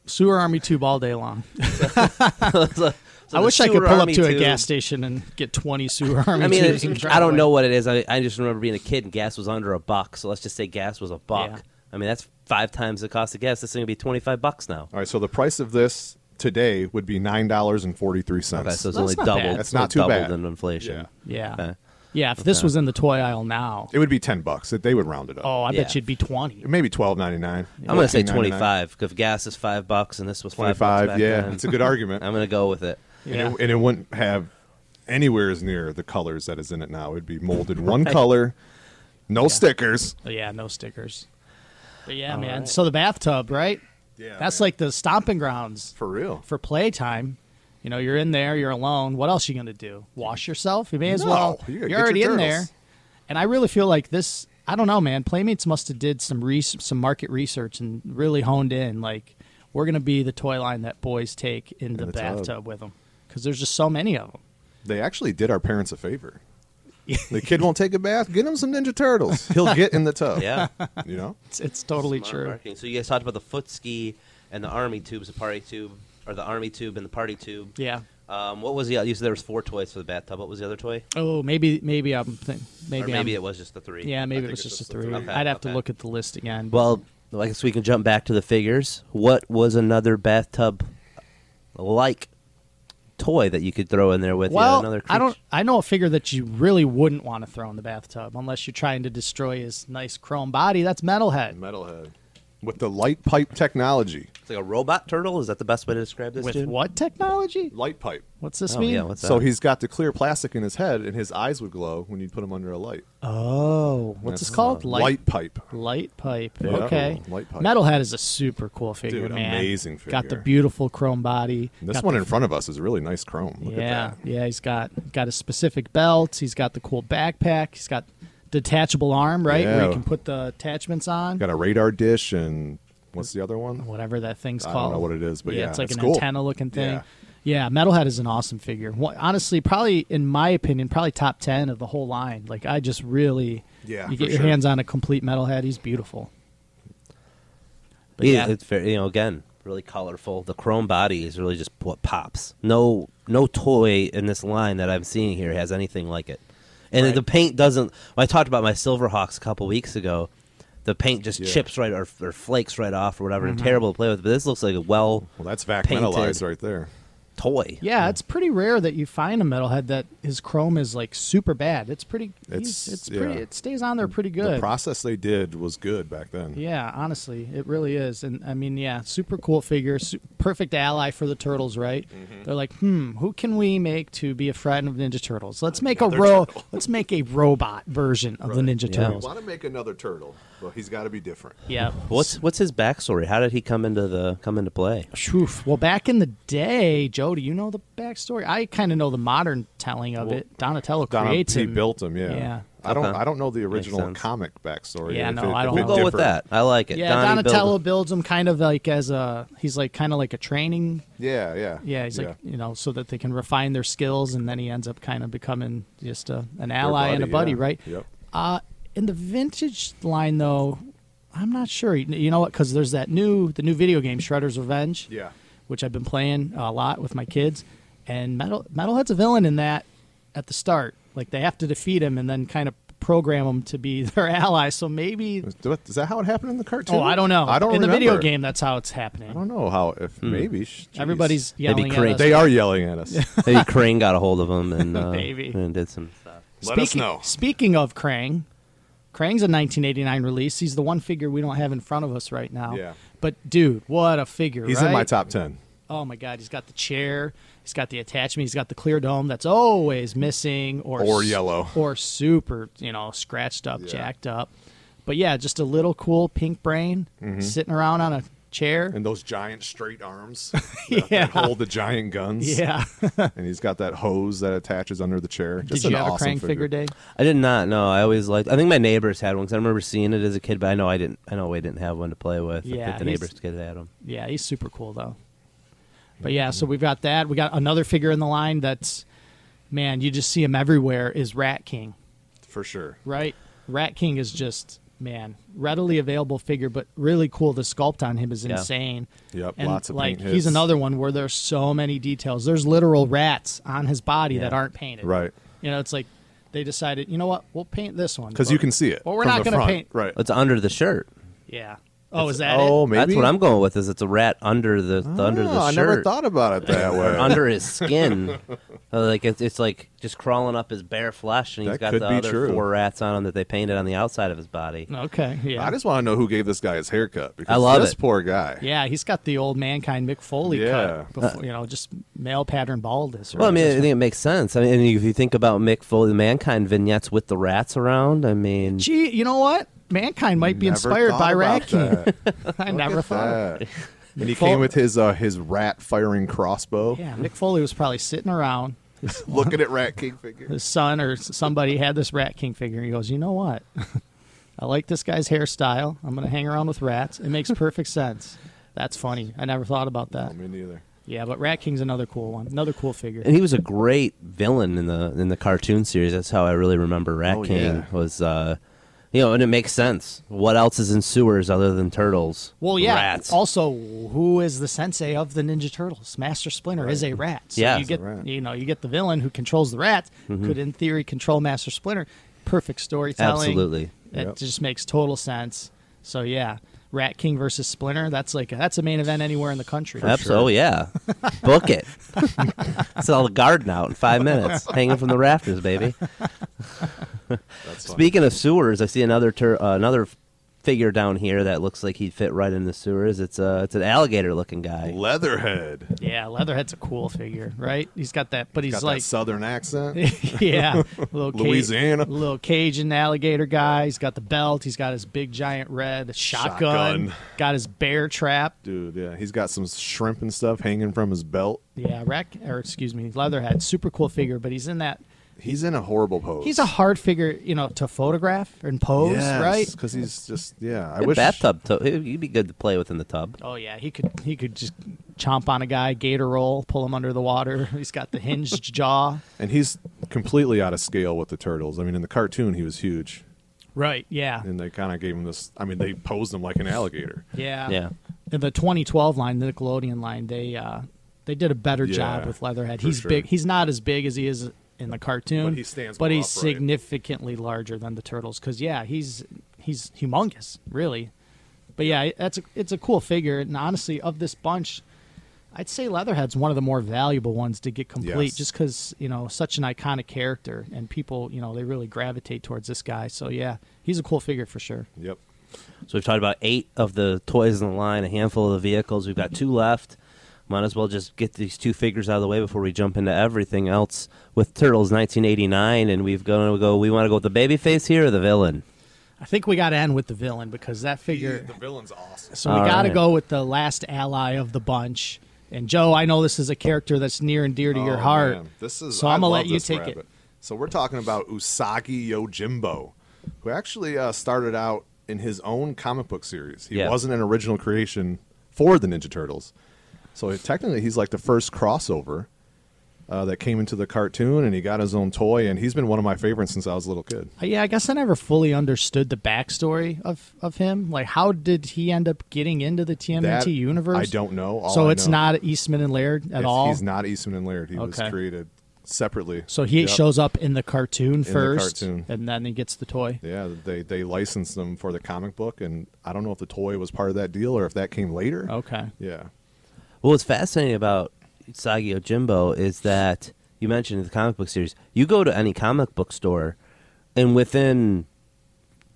Speaker 3: Sewer Army tube all day long.
Speaker 2: So- so
Speaker 3: I
Speaker 2: the
Speaker 3: wish I
Speaker 2: sewer
Speaker 3: could pull up
Speaker 2: army
Speaker 3: to a
Speaker 2: tube-
Speaker 3: gas station and get twenty Sewer Army
Speaker 2: I mean,
Speaker 3: tubes.
Speaker 2: it-
Speaker 3: and drive
Speaker 2: I don't
Speaker 3: away.
Speaker 2: know what it is. I, I just remember being a kid and gas was under a buck. So let's just say gas was a buck.
Speaker 3: Yeah.
Speaker 2: I mean, that's five times the cost of gas. This thing would be twenty five bucks now.
Speaker 4: All right, so the price of this today would be nine dollars and forty three cents.
Speaker 2: Okay, so it's
Speaker 3: That's
Speaker 2: only
Speaker 3: not
Speaker 2: double.
Speaker 3: bad.
Speaker 2: it's
Speaker 4: That's not too
Speaker 2: double
Speaker 4: bad.
Speaker 2: than inflation.
Speaker 4: Yeah.
Speaker 3: Yeah.
Speaker 2: Okay.
Speaker 3: Yeah. If this was in the toy aisle now,
Speaker 4: it would be ten bucks. They would round it up.
Speaker 3: oh, I
Speaker 2: Yeah.
Speaker 3: bet you'd be twenty.
Speaker 4: maybe twelve ninety nine.
Speaker 2: I'm gonna say 25 because gas is five bucks and this was
Speaker 4: Twenty
Speaker 2: five. bucks
Speaker 4: five.
Speaker 2: back
Speaker 4: Yeah,
Speaker 2: then.
Speaker 4: it's a good argument.
Speaker 2: I'm gonna go with it.
Speaker 4: and,
Speaker 3: Yeah.
Speaker 4: it, and it wouldn't have anywhere as near the colors that is in it now. It'd be molded one color, no stickers.
Speaker 3: But Oh, yeah, no stickers. But yeah, man. So the bathtub, right?
Speaker 4: Yeah,
Speaker 3: That's
Speaker 4: man.
Speaker 3: like the stomping grounds
Speaker 4: For real.
Speaker 3: for playtime. You know, you're in there, you're alone. What else you going to do? Wash yourself? You may as
Speaker 4: No,
Speaker 3: well.
Speaker 4: you gotta
Speaker 3: You're
Speaker 4: get your
Speaker 3: already in there.
Speaker 4: turtles.
Speaker 3: And I really feel like this. I don't know, man. Playmates must have did some re- some market research and really honed in. Like, we're going to be the toy line that boys take in, the,
Speaker 4: the tub.
Speaker 3: bathtub with them because there's just so many of them.
Speaker 4: They actually did our parents a favor. the kid won't take a bath. Get him some Ninja Turtles. He'll get in the tub.
Speaker 2: Yeah.
Speaker 4: You know?
Speaker 3: It's, it's totally
Speaker 2: Smart
Speaker 3: true.
Speaker 2: marketing. So you guys talked about the foot ski and the army tubes, the party tube, or the army tube and the party tube.
Speaker 3: Yeah.
Speaker 2: Um, what was the other? You said there was four toys for the bathtub. What was the other toy?
Speaker 3: Oh, maybe maybe I'm think, maybe,
Speaker 2: or maybe
Speaker 3: I'm-
Speaker 2: it was just the three.
Speaker 3: Yeah, maybe it
Speaker 4: think
Speaker 3: was
Speaker 4: it's
Speaker 3: just a
Speaker 4: just the
Speaker 3: three.
Speaker 2: Okay,
Speaker 4: three.
Speaker 3: I'd have
Speaker 2: okay.
Speaker 3: to look at the list again. But
Speaker 2: Well, I guess we can jump back to the figures. What was another bathtub like toy that you could throw in there with you?
Speaker 3: well,
Speaker 2: another
Speaker 3: I don't.
Speaker 2: creature?
Speaker 3: I know a figure that you really wouldn't want to throw in the bathtub unless you're trying to destroy his nice chrome body. That's Metalhead
Speaker 4: Metalhead. With the light pipe technology.
Speaker 2: It's like a robot turtle. Is that the best way to describe this?
Speaker 3: with
Speaker 2: dude?
Speaker 3: what technology?
Speaker 4: Light pipe.
Speaker 3: What's this
Speaker 2: Oh
Speaker 3: mean?
Speaker 2: yeah. What's that?
Speaker 4: So he's got the clear plastic in his head, and his eyes would glow when you put him under a light.
Speaker 3: oh, what's this
Speaker 4: That's,
Speaker 3: called?
Speaker 4: uh, light pipe.
Speaker 3: Light pipe.
Speaker 4: Yeah.
Speaker 3: Okay.
Speaker 4: Light pipe.
Speaker 3: Metalhead is a super cool figure,
Speaker 4: Dude,
Speaker 3: man.
Speaker 4: amazing
Speaker 3: Got the
Speaker 4: figure.
Speaker 3: beautiful chrome body.
Speaker 4: This
Speaker 3: Got
Speaker 4: one
Speaker 3: the-
Speaker 4: in front of us is really nice chrome. Look
Speaker 3: yeah,
Speaker 4: at that.
Speaker 3: yeah. He's got got a specific belt. He's got the cool backpack. He's got detachable arm, right, where
Speaker 4: Yeah.
Speaker 3: you can put the attachments on.
Speaker 4: Got a radar dish and what's the other one?
Speaker 3: whatever that thing's
Speaker 4: I
Speaker 3: called.
Speaker 4: don't know what it is, but yeah,
Speaker 3: it's like
Speaker 4: it's
Speaker 3: an
Speaker 4: cool.
Speaker 3: antenna looking thing.
Speaker 4: Yeah.
Speaker 3: Yeah. Metalhead is an awesome figure. Wha- Honestly, probably in my opinion, probably top ten of the whole line. Like I just really,
Speaker 4: Yeah,
Speaker 3: you get
Speaker 4: for
Speaker 3: your
Speaker 4: sure.
Speaker 3: hands on a complete Metalhead. He's beautiful. But
Speaker 2: yeah,
Speaker 3: yeah,
Speaker 2: it's very you know again really colorful. The chrome body is really just what pops. No, no toy in this line that I'm seeing here has anything like it. And
Speaker 3: Right.
Speaker 2: the paint doesn't. I talked about my Silverhawks a couple weeks ago. The paint just
Speaker 4: Yeah.
Speaker 2: chips right or, or flakes right off or whatever, and terrible to play with. But this looks like a well
Speaker 4: Well, that's vac
Speaker 2: Painted.
Speaker 4: metalized right there.
Speaker 2: toy.
Speaker 3: yeah, it's pretty rare that you find a Metalhead that his chrome is like super bad. It's pretty.
Speaker 4: It's-
Speaker 3: It's it's
Speaker 4: yeah.
Speaker 3: pretty. It stays on there pretty
Speaker 4: The
Speaker 3: good.
Speaker 4: process they did was good back then.
Speaker 3: Yeah, honestly, it really is. And I mean, yeah, super cool figure, su- perfect ally for the turtles, right? They're like, hmm, who can we make to be a friend of Ninja Turtles? Let's make a ro- let's make a robot version of the Ninja
Speaker 2: Yeah.
Speaker 3: Turtles.
Speaker 4: to make another turtle, but he's got to be different.
Speaker 3: Yeah.
Speaker 2: What's what's his backstory? How did he come into the come into play?
Speaker 3: Oof. Well, back in the day, Joe, do you know the backstory? I kind of know the modern telling of it. Donatello
Speaker 4: Donald,
Speaker 3: creates
Speaker 4: he
Speaker 3: him.
Speaker 4: built him. Yeah.
Speaker 3: Yeah.
Speaker 4: I don't.
Speaker 2: Okay.
Speaker 4: I don't know the original
Speaker 2: sense.
Speaker 4: comic backstory.
Speaker 3: Yeah,
Speaker 4: if
Speaker 3: no,
Speaker 4: it-
Speaker 3: I
Speaker 4: if
Speaker 3: don't
Speaker 4: it
Speaker 2: We'll
Speaker 3: know.
Speaker 2: go with
Speaker 4: differed.
Speaker 2: that. I like it.
Speaker 3: yeah,
Speaker 2: Donnie Builder.
Speaker 3: Donatello builds him kind of like as a he's like kind of like a training
Speaker 4: Yeah, yeah,
Speaker 3: Yeah, he's like you know, so that they can refine their skills, and then he ends up kind of becoming just a, an
Speaker 4: Their
Speaker 3: ally and a buddy,
Speaker 4: yeah.
Speaker 3: right?
Speaker 4: Yep.
Speaker 3: Uh, in the vintage line, though, I'm not sure. You you know what? Because there's that new the new video game Shredder's Revenge,
Speaker 4: Yeah.
Speaker 3: which I've been playing a lot with my kids, and Metal Metalhead's a villain in that at the start. Like they have to defeat him and then kind of program him to be their ally. So maybe.
Speaker 4: Is that- is that how it happened in the cartoon?
Speaker 3: Oh, I don't know.
Speaker 4: I don't
Speaker 3: in the video
Speaker 4: remember.
Speaker 3: game. That's how it's happening.
Speaker 4: I don't know how. If maybe sh- jeez.
Speaker 3: Everybody's
Speaker 2: Hmm. Maybe
Speaker 3: yelling
Speaker 2: create-
Speaker 3: at us.
Speaker 4: They are yelling at us.
Speaker 2: Maybe Crane got a hold of him and uh,
Speaker 3: Maybe.
Speaker 2: and did some stuff.
Speaker 4: Let us know.
Speaker 3: Speaking of Krang, Krang's a 1989 release. He's the one figure we don't have in front of us right now.
Speaker 4: Yeah.
Speaker 3: But dude, what a figure!
Speaker 4: He's in my
Speaker 3: right?
Speaker 4: top ten.
Speaker 3: Oh my god, he's got the chair. He's got the attachment. He's got the clear dome that's always missing or
Speaker 4: Or
Speaker 3: s-
Speaker 4: yellow.
Speaker 3: or super, you know, scratched up,
Speaker 4: Yeah.
Speaker 3: jacked up. But yeah, just a little cool pink brain sitting around on a chair.
Speaker 4: Mm-hmm. And those giant straight arms
Speaker 3: that Yeah.
Speaker 4: hold the giant guns.
Speaker 3: yeah.
Speaker 4: And he's got that hose that attaches under the chair. Just
Speaker 3: Did you
Speaker 4: an
Speaker 3: have
Speaker 4: awesome
Speaker 3: a Krang figure, Dave?
Speaker 2: I did not know. I always liked. I think my neighbors had one because I remember seeing it as a kid. But I know I didn't. I know we didn't have one to play with. I
Speaker 3: Yeah,
Speaker 2: think the
Speaker 3: he's-
Speaker 2: neighbors kid had them.
Speaker 3: Yeah, he's super cool though. But yeah, so we've got that. We got another figure in the line that's man, you just see him everywhere is Rat King,
Speaker 4: For sure.
Speaker 3: right? Rat King is just man, readily available figure, but really cool. The sculpt on him is
Speaker 2: Yeah.
Speaker 3: insane.
Speaker 4: Yep,
Speaker 3: and
Speaker 4: lots of
Speaker 3: like
Speaker 4: paint
Speaker 3: he's
Speaker 4: hits.
Speaker 3: another one where there's so many details. There's literal rats on his body that
Speaker 2: Yeah.
Speaker 3: aren't painted.
Speaker 4: Right.
Speaker 3: You know, it's like they decided, you know what, we'll paint this one
Speaker 4: Because
Speaker 3: but-
Speaker 4: you can see it.
Speaker 3: Well, we're
Speaker 4: from
Speaker 3: not
Speaker 4: the
Speaker 3: gonna
Speaker 4: front.
Speaker 3: paint.
Speaker 4: Right.
Speaker 2: It's under the shirt.
Speaker 3: Yeah. Oh, is that
Speaker 4: oh,
Speaker 3: it?
Speaker 4: maybe
Speaker 2: That's what I'm going with. Is it's a rat under the, the under the
Speaker 4: Oh, I
Speaker 2: shirt?
Speaker 4: never thought about it that
Speaker 2: or
Speaker 4: way.
Speaker 2: under his skin. Uh, like it's, it's like just crawling up his bare flesh, and he's
Speaker 4: That
Speaker 2: got
Speaker 4: could
Speaker 2: the
Speaker 4: be
Speaker 2: other
Speaker 4: true.
Speaker 2: four rats on him that they painted on the outside of his body.
Speaker 3: Okay. Yeah.
Speaker 4: I just want to know who gave this guy his haircut because
Speaker 2: I love
Speaker 4: this
Speaker 2: it.
Speaker 4: poor guy.
Speaker 3: yeah, he's got the old mankind Mick Foley
Speaker 4: Yeah. Uh,
Speaker 3: cut, before, you know, just male pattern baldness. or
Speaker 2: Well, I mean, I
Speaker 3: just-
Speaker 2: think it makes sense. I mean, if you think about Mick Foley, the Mankind vignettes with the rats around, I mean,
Speaker 3: gee, you know what? Mankind might be
Speaker 4: Never
Speaker 3: inspired
Speaker 4: thought
Speaker 3: by
Speaker 4: about
Speaker 3: Rat King.
Speaker 4: that.
Speaker 3: I never
Speaker 4: Look
Speaker 3: thought.
Speaker 4: at that. And he
Speaker 3: Fol-
Speaker 4: came with his uh, his rat firing crossbow.
Speaker 3: Yeah, Mick Foley was probably sitting around.
Speaker 4: Looking at Rat King figure.
Speaker 3: His son or s- somebody had this Rat King figure. He goes, you know what? I like this guy's hairstyle. I'm going to hang around with rats. It makes perfect sense. That's funny. I never thought about that.
Speaker 4: Oh, Me neither.
Speaker 3: Yeah, but Rat King's another cool one. Another cool figure.
Speaker 2: and he was a great villain in the in the cartoon series. That's how I really remember Rat
Speaker 4: Oh,
Speaker 2: King
Speaker 4: yeah.
Speaker 2: was. Uh, you know, and it makes sense. What else is in sewers other than turtles?
Speaker 3: Well, yeah.
Speaker 2: rats.
Speaker 3: Also, who is the sensei of the Ninja Turtles? Master Splinter is a rat. So
Speaker 2: Yeah. Mm-hmm.
Speaker 3: you
Speaker 2: He's a
Speaker 3: get
Speaker 4: rat.
Speaker 3: you know you get the villain who controls the rats could in theory control Master Splinter. Perfect storytelling.
Speaker 2: Absolutely.
Speaker 3: it
Speaker 4: Yep.
Speaker 3: just makes total sense. So yeah, Rat King versus Splinter. That's like that's a main event anywhere in the country.
Speaker 2: Absolutely, oh yeah. Book it. Sell the garden out in five minutes, hanging from the rafters, baby.
Speaker 4: That's funny.
Speaker 2: Speaking of sewers, I see another tur- uh, another figure down here that looks like he'd fit right in the sewers. It's a it's an alligator looking guy.
Speaker 4: Leatherhead.
Speaker 3: Yeah, Leatherhead's a cool figure, right? He's got that, but he's
Speaker 4: Got
Speaker 3: like
Speaker 4: that southern accent.
Speaker 3: yeah, little Ca-
Speaker 4: Louisiana.
Speaker 3: little Cajun alligator guy. He's got the belt. He's got his big giant red shotgun.
Speaker 4: Shotgun.
Speaker 3: Got his bear trap.
Speaker 4: Dude, yeah, he's got some shrimp and stuff hanging from his belt.
Speaker 3: Yeah, Rack or excuse me, Leatherhead. Super cool figure, but he's in that.
Speaker 4: He's in a horrible pose.
Speaker 3: He's a hard figure, you know, to photograph and pose, right?
Speaker 4: Because he's just yeah. I
Speaker 2: Good
Speaker 4: wish
Speaker 2: bathtub. To- he'd be good to play with in the tub.
Speaker 3: Oh yeah, he could he could just chomp on a guy, gator roll, pull him under the water. He's got the hinged jaw.
Speaker 4: And he's completely out of scale with the turtles. I mean, in the cartoon, he was huge,
Speaker 3: Right. Yeah.
Speaker 4: and they kind of gave him this. I mean, they posed him like an alligator.
Speaker 3: Yeah.
Speaker 2: Yeah.
Speaker 3: In the 2012 line, the Nickelodeon line, they uh, they did a better
Speaker 4: Yeah,
Speaker 3: job with Leatherhead.
Speaker 4: for
Speaker 3: He's
Speaker 4: sure.
Speaker 3: big. He's not as big as he is in the cartoon,
Speaker 4: But he stands
Speaker 3: But
Speaker 4: more
Speaker 3: he's
Speaker 4: upright.
Speaker 3: significantly larger than the turtles. Because yeah, he's he's humongous, really. But yeah, that's a, it's a cool figure, and honestly, of this bunch, I'd say Leatherhead's one of the more valuable ones to get complete,
Speaker 4: Yes.
Speaker 3: just because you know such an iconic character, and people you know they really gravitate towards this guy. So yeah, he's a cool figure for sure.
Speaker 4: Yep.
Speaker 2: So we've talked about eight of the toys in the line, a handful of the vehicles. We've got two left. Might as well just get these two figures out of the way before we jump into everything else with Turtles 1989. And we've going to go. We want to go with the baby face here or the villain.
Speaker 3: I think we got to end with the villain because that figure.
Speaker 4: villain's awesome.
Speaker 3: So we
Speaker 2: All
Speaker 3: got to
Speaker 2: right.
Speaker 3: go with the last ally of the bunch. And Joe, I know this is a character that's near and dear to your heart.
Speaker 4: Oh, This is.
Speaker 3: so
Speaker 4: I
Speaker 3: I'm gonna
Speaker 4: love
Speaker 3: let you
Speaker 4: this
Speaker 3: take it.
Speaker 4: rabbit. So we're talking about Usagi Yojimbo, who actually uh, started out in his own comic book series. He
Speaker 2: Yeah.
Speaker 4: wasn't an original creation for the Ninja Turtles. So technically, he's like the first crossover. Uh, that came into the cartoon, and he got his own toy, and he's been one of my favorites since I was a little kid.
Speaker 3: Uh, Yeah, I guess I never fully understood the backstory of of him. Like, how did he end up getting into the TMNT
Speaker 4: That
Speaker 3: universe?
Speaker 4: I don't know. All
Speaker 3: so
Speaker 4: I
Speaker 3: it's
Speaker 4: know-
Speaker 3: not Eastman and Laird at
Speaker 4: It's-
Speaker 3: all.
Speaker 4: He's not Eastman and Laird. He
Speaker 3: Okay.
Speaker 4: was created separately.
Speaker 3: so he
Speaker 4: Yep.
Speaker 3: shows up in the cartoon first,
Speaker 4: cartoon.
Speaker 3: and then he gets the toy.
Speaker 4: Yeah, they they licensed them for the comic book, and I don't know if the toy was part of that deal or if that came later.
Speaker 3: Okay.
Speaker 4: Yeah.
Speaker 2: Well, what's fascinating about Usagi Yojimbo is that you mentioned the comic book series. You go to any comic book store, and within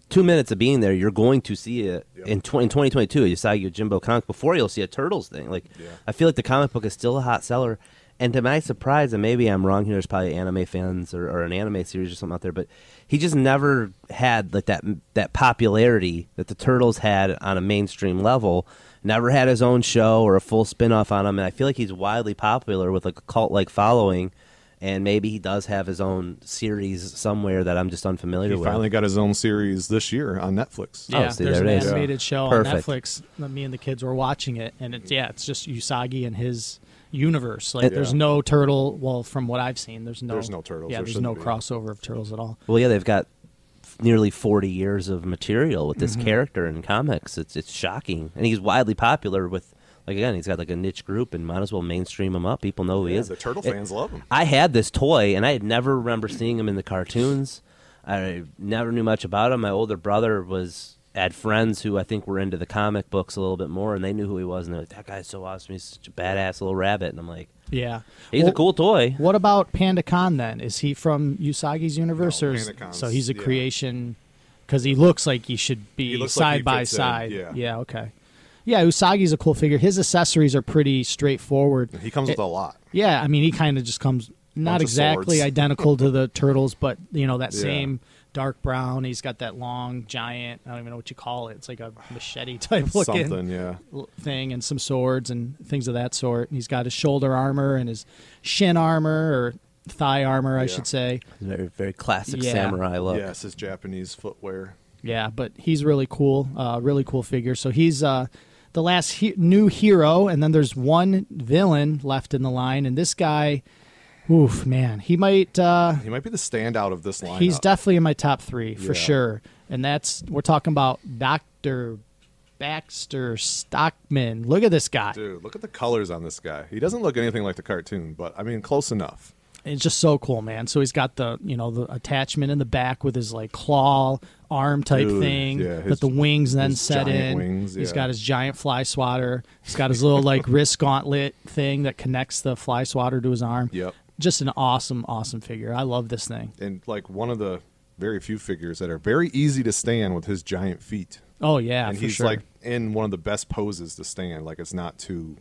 Speaker 2: two minutes of being there, you're going to see it
Speaker 4: Yep.
Speaker 2: in, 20, in 2022 a Usagi Yojimbo comic. Before you'll see a Turtles thing. Like,
Speaker 4: Yeah.
Speaker 2: I feel like the comic book is still a hot seller. And to my surprise, and maybe I'm wrong here, there's probably anime fans or, or an anime series or something out there, but he just never had like that that popularity that the Turtles had on a mainstream level. Never had his own show or a full spin off on him, and I feel like he's widely popular with like a cult like following, and maybe he does have his own series somewhere that I'm just unfamiliar
Speaker 4: He
Speaker 2: with.
Speaker 4: finally got his own series this year on Netflix.
Speaker 2: Oh,
Speaker 3: Yeah,
Speaker 2: see,
Speaker 3: there's
Speaker 2: there it
Speaker 3: an
Speaker 2: is.
Speaker 3: animated show
Speaker 2: Perfect.
Speaker 3: on Netflix. that Me and the kids were watching it, and it's yeah, it's just Usagi and his universe. Like,
Speaker 2: It-
Speaker 3: there's
Speaker 4: Yeah.
Speaker 3: no turtle. Well, from what I've seen, there's no
Speaker 4: There's no turtles.
Speaker 3: Yeah,
Speaker 4: There
Speaker 3: there's
Speaker 4: shouldn't
Speaker 3: no
Speaker 4: be.
Speaker 3: crossover of turtles at all.
Speaker 2: Well, yeah, they've got nearly 40 years of material with this
Speaker 3: Mm-hmm.
Speaker 2: character in comics. It's it's shocking, and he's widely popular with. Like again, he's got like a niche group, and might as well mainstream him up. People know who he
Speaker 4: Oh, Yeah,
Speaker 2: is.
Speaker 4: the turtle
Speaker 2: It-
Speaker 4: fans love him.
Speaker 2: I had this toy, and I had never remember seeing him in the cartoons. I never knew much about him. My older brother was had friends who I think were into the comic books a little bit more, and they knew who he was, and they're like, "That guy's so awesome! He's such a badass little rabbit." And I'm like,
Speaker 3: Yeah.
Speaker 2: "He's
Speaker 3: Well,
Speaker 2: a cool toy."
Speaker 3: What about PandaCon then? Is he from Usagi's universe,
Speaker 4: No,
Speaker 3: or is,
Speaker 4: PandaCon's-
Speaker 3: so he's a
Speaker 4: yeah.
Speaker 3: creation? Because he looks like he should be
Speaker 4: He looks like
Speaker 3: side
Speaker 4: he
Speaker 3: by
Speaker 4: fits in,
Speaker 3: side.
Speaker 4: yeah.
Speaker 3: Okay. Yeah, Usagi's a cool figure. His accessories are pretty straightforward.
Speaker 4: He comes with
Speaker 3: It-
Speaker 4: a lot.
Speaker 3: Yeah, I mean, he kind of just comes not
Speaker 4: Bunch of
Speaker 3: exactly
Speaker 4: swords.
Speaker 3: identical to the turtles, but you know that
Speaker 4: Yeah.
Speaker 3: same dark brown. He's got that long giant. I don't even know what you call it. It's like a machete type looking
Speaker 4: Something, yeah.
Speaker 3: l- thing and some swords and things of that sort. And he's got his shoulder armor and his shin armor or thigh armor, I
Speaker 4: Yeah.
Speaker 3: should say.
Speaker 2: Very, very classic
Speaker 3: Yeah.
Speaker 2: samurai look.
Speaker 4: Yes, his Japanese footwear.
Speaker 3: Yeah, but he's really cool, uh, really cool figure. So he's uh, the last he- new hero, and then there's one villain left in the line, and this guy, oof, man, he might. Uh,
Speaker 4: He might be the standout of this lineup.
Speaker 3: he's definitely in my top three for
Speaker 4: Yeah.
Speaker 3: sure, and that's we're talking about Doctor Baxter Stockman. Look at this guy.
Speaker 4: Dude, look at the colors on this guy. He doesn't look anything like the cartoon, but I mean, close enough.
Speaker 3: It's just so cool, man. So he's got the you know the attachment in the back with his like claw arm type
Speaker 4: Dude,
Speaker 3: thing
Speaker 4: yeah,
Speaker 3: that
Speaker 4: his-
Speaker 3: the wings then
Speaker 4: his
Speaker 3: set
Speaker 4: giant
Speaker 3: in.
Speaker 4: wings,
Speaker 3: He's
Speaker 4: yeah.
Speaker 3: got his giant fly swatter. He's got his little like wrist gauntlet thing that connects the fly swatter to his arm.
Speaker 4: Yep.
Speaker 3: Just an awesome, awesome figure. I love this thing.
Speaker 4: And like one of the very few figures that are very easy to stand with his giant feet.
Speaker 3: Oh yeah,
Speaker 4: and
Speaker 3: for
Speaker 4: he's
Speaker 3: sure.
Speaker 4: like in one of the best poses to stand. Like it's not too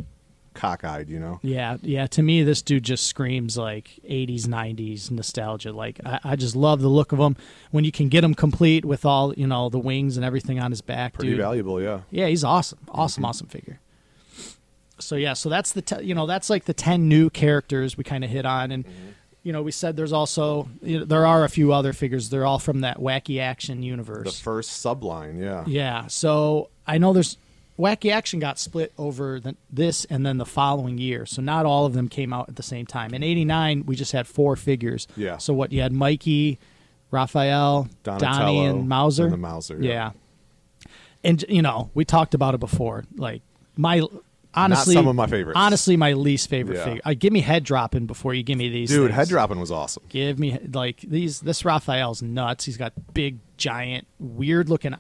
Speaker 4: cockeyed, you know?
Speaker 3: Yeah, yeah. To me, this dude just screams like '80s, '90s nostalgia. Like I, I just love the look of him when you can get him complete with all you know the wings and everything on his back.
Speaker 4: Pretty
Speaker 3: dude.
Speaker 4: valuable, yeah.
Speaker 3: Yeah, he's awesome. Awesome, awesome figure. So yeah, so that's the te- you know that's like the ten new characters we kind of hit on, and
Speaker 4: Mm-hmm.
Speaker 3: you know we said there's also you know, there are a few other figures. They're all from that wacky action
Speaker 4: The
Speaker 3: universe.
Speaker 4: first subline, yeah.
Speaker 3: yeah, so I know there's wacky action got split over the, this and then the following year, so not all of them came out at the same time. In '89, we just had four figures.
Speaker 4: Yeah.
Speaker 3: So what you had Mikey, Raphael, Donnie,
Speaker 4: Donatello
Speaker 3: and Mauser.
Speaker 4: and the Mauser, yeah.
Speaker 3: yeah and you know we talked about it before like my honestly
Speaker 4: some of my favorites.
Speaker 3: honestly my least favorite
Speaker 4: Yeah.
Speaker 3: figure like, give me head dropping before you give me these
Speaker 4: Dude,
Speaker 3: things.
Speaker 4: head dropping was awesome.
Speaker 3: give me like these this raphael's nuts he's got big giant weird looking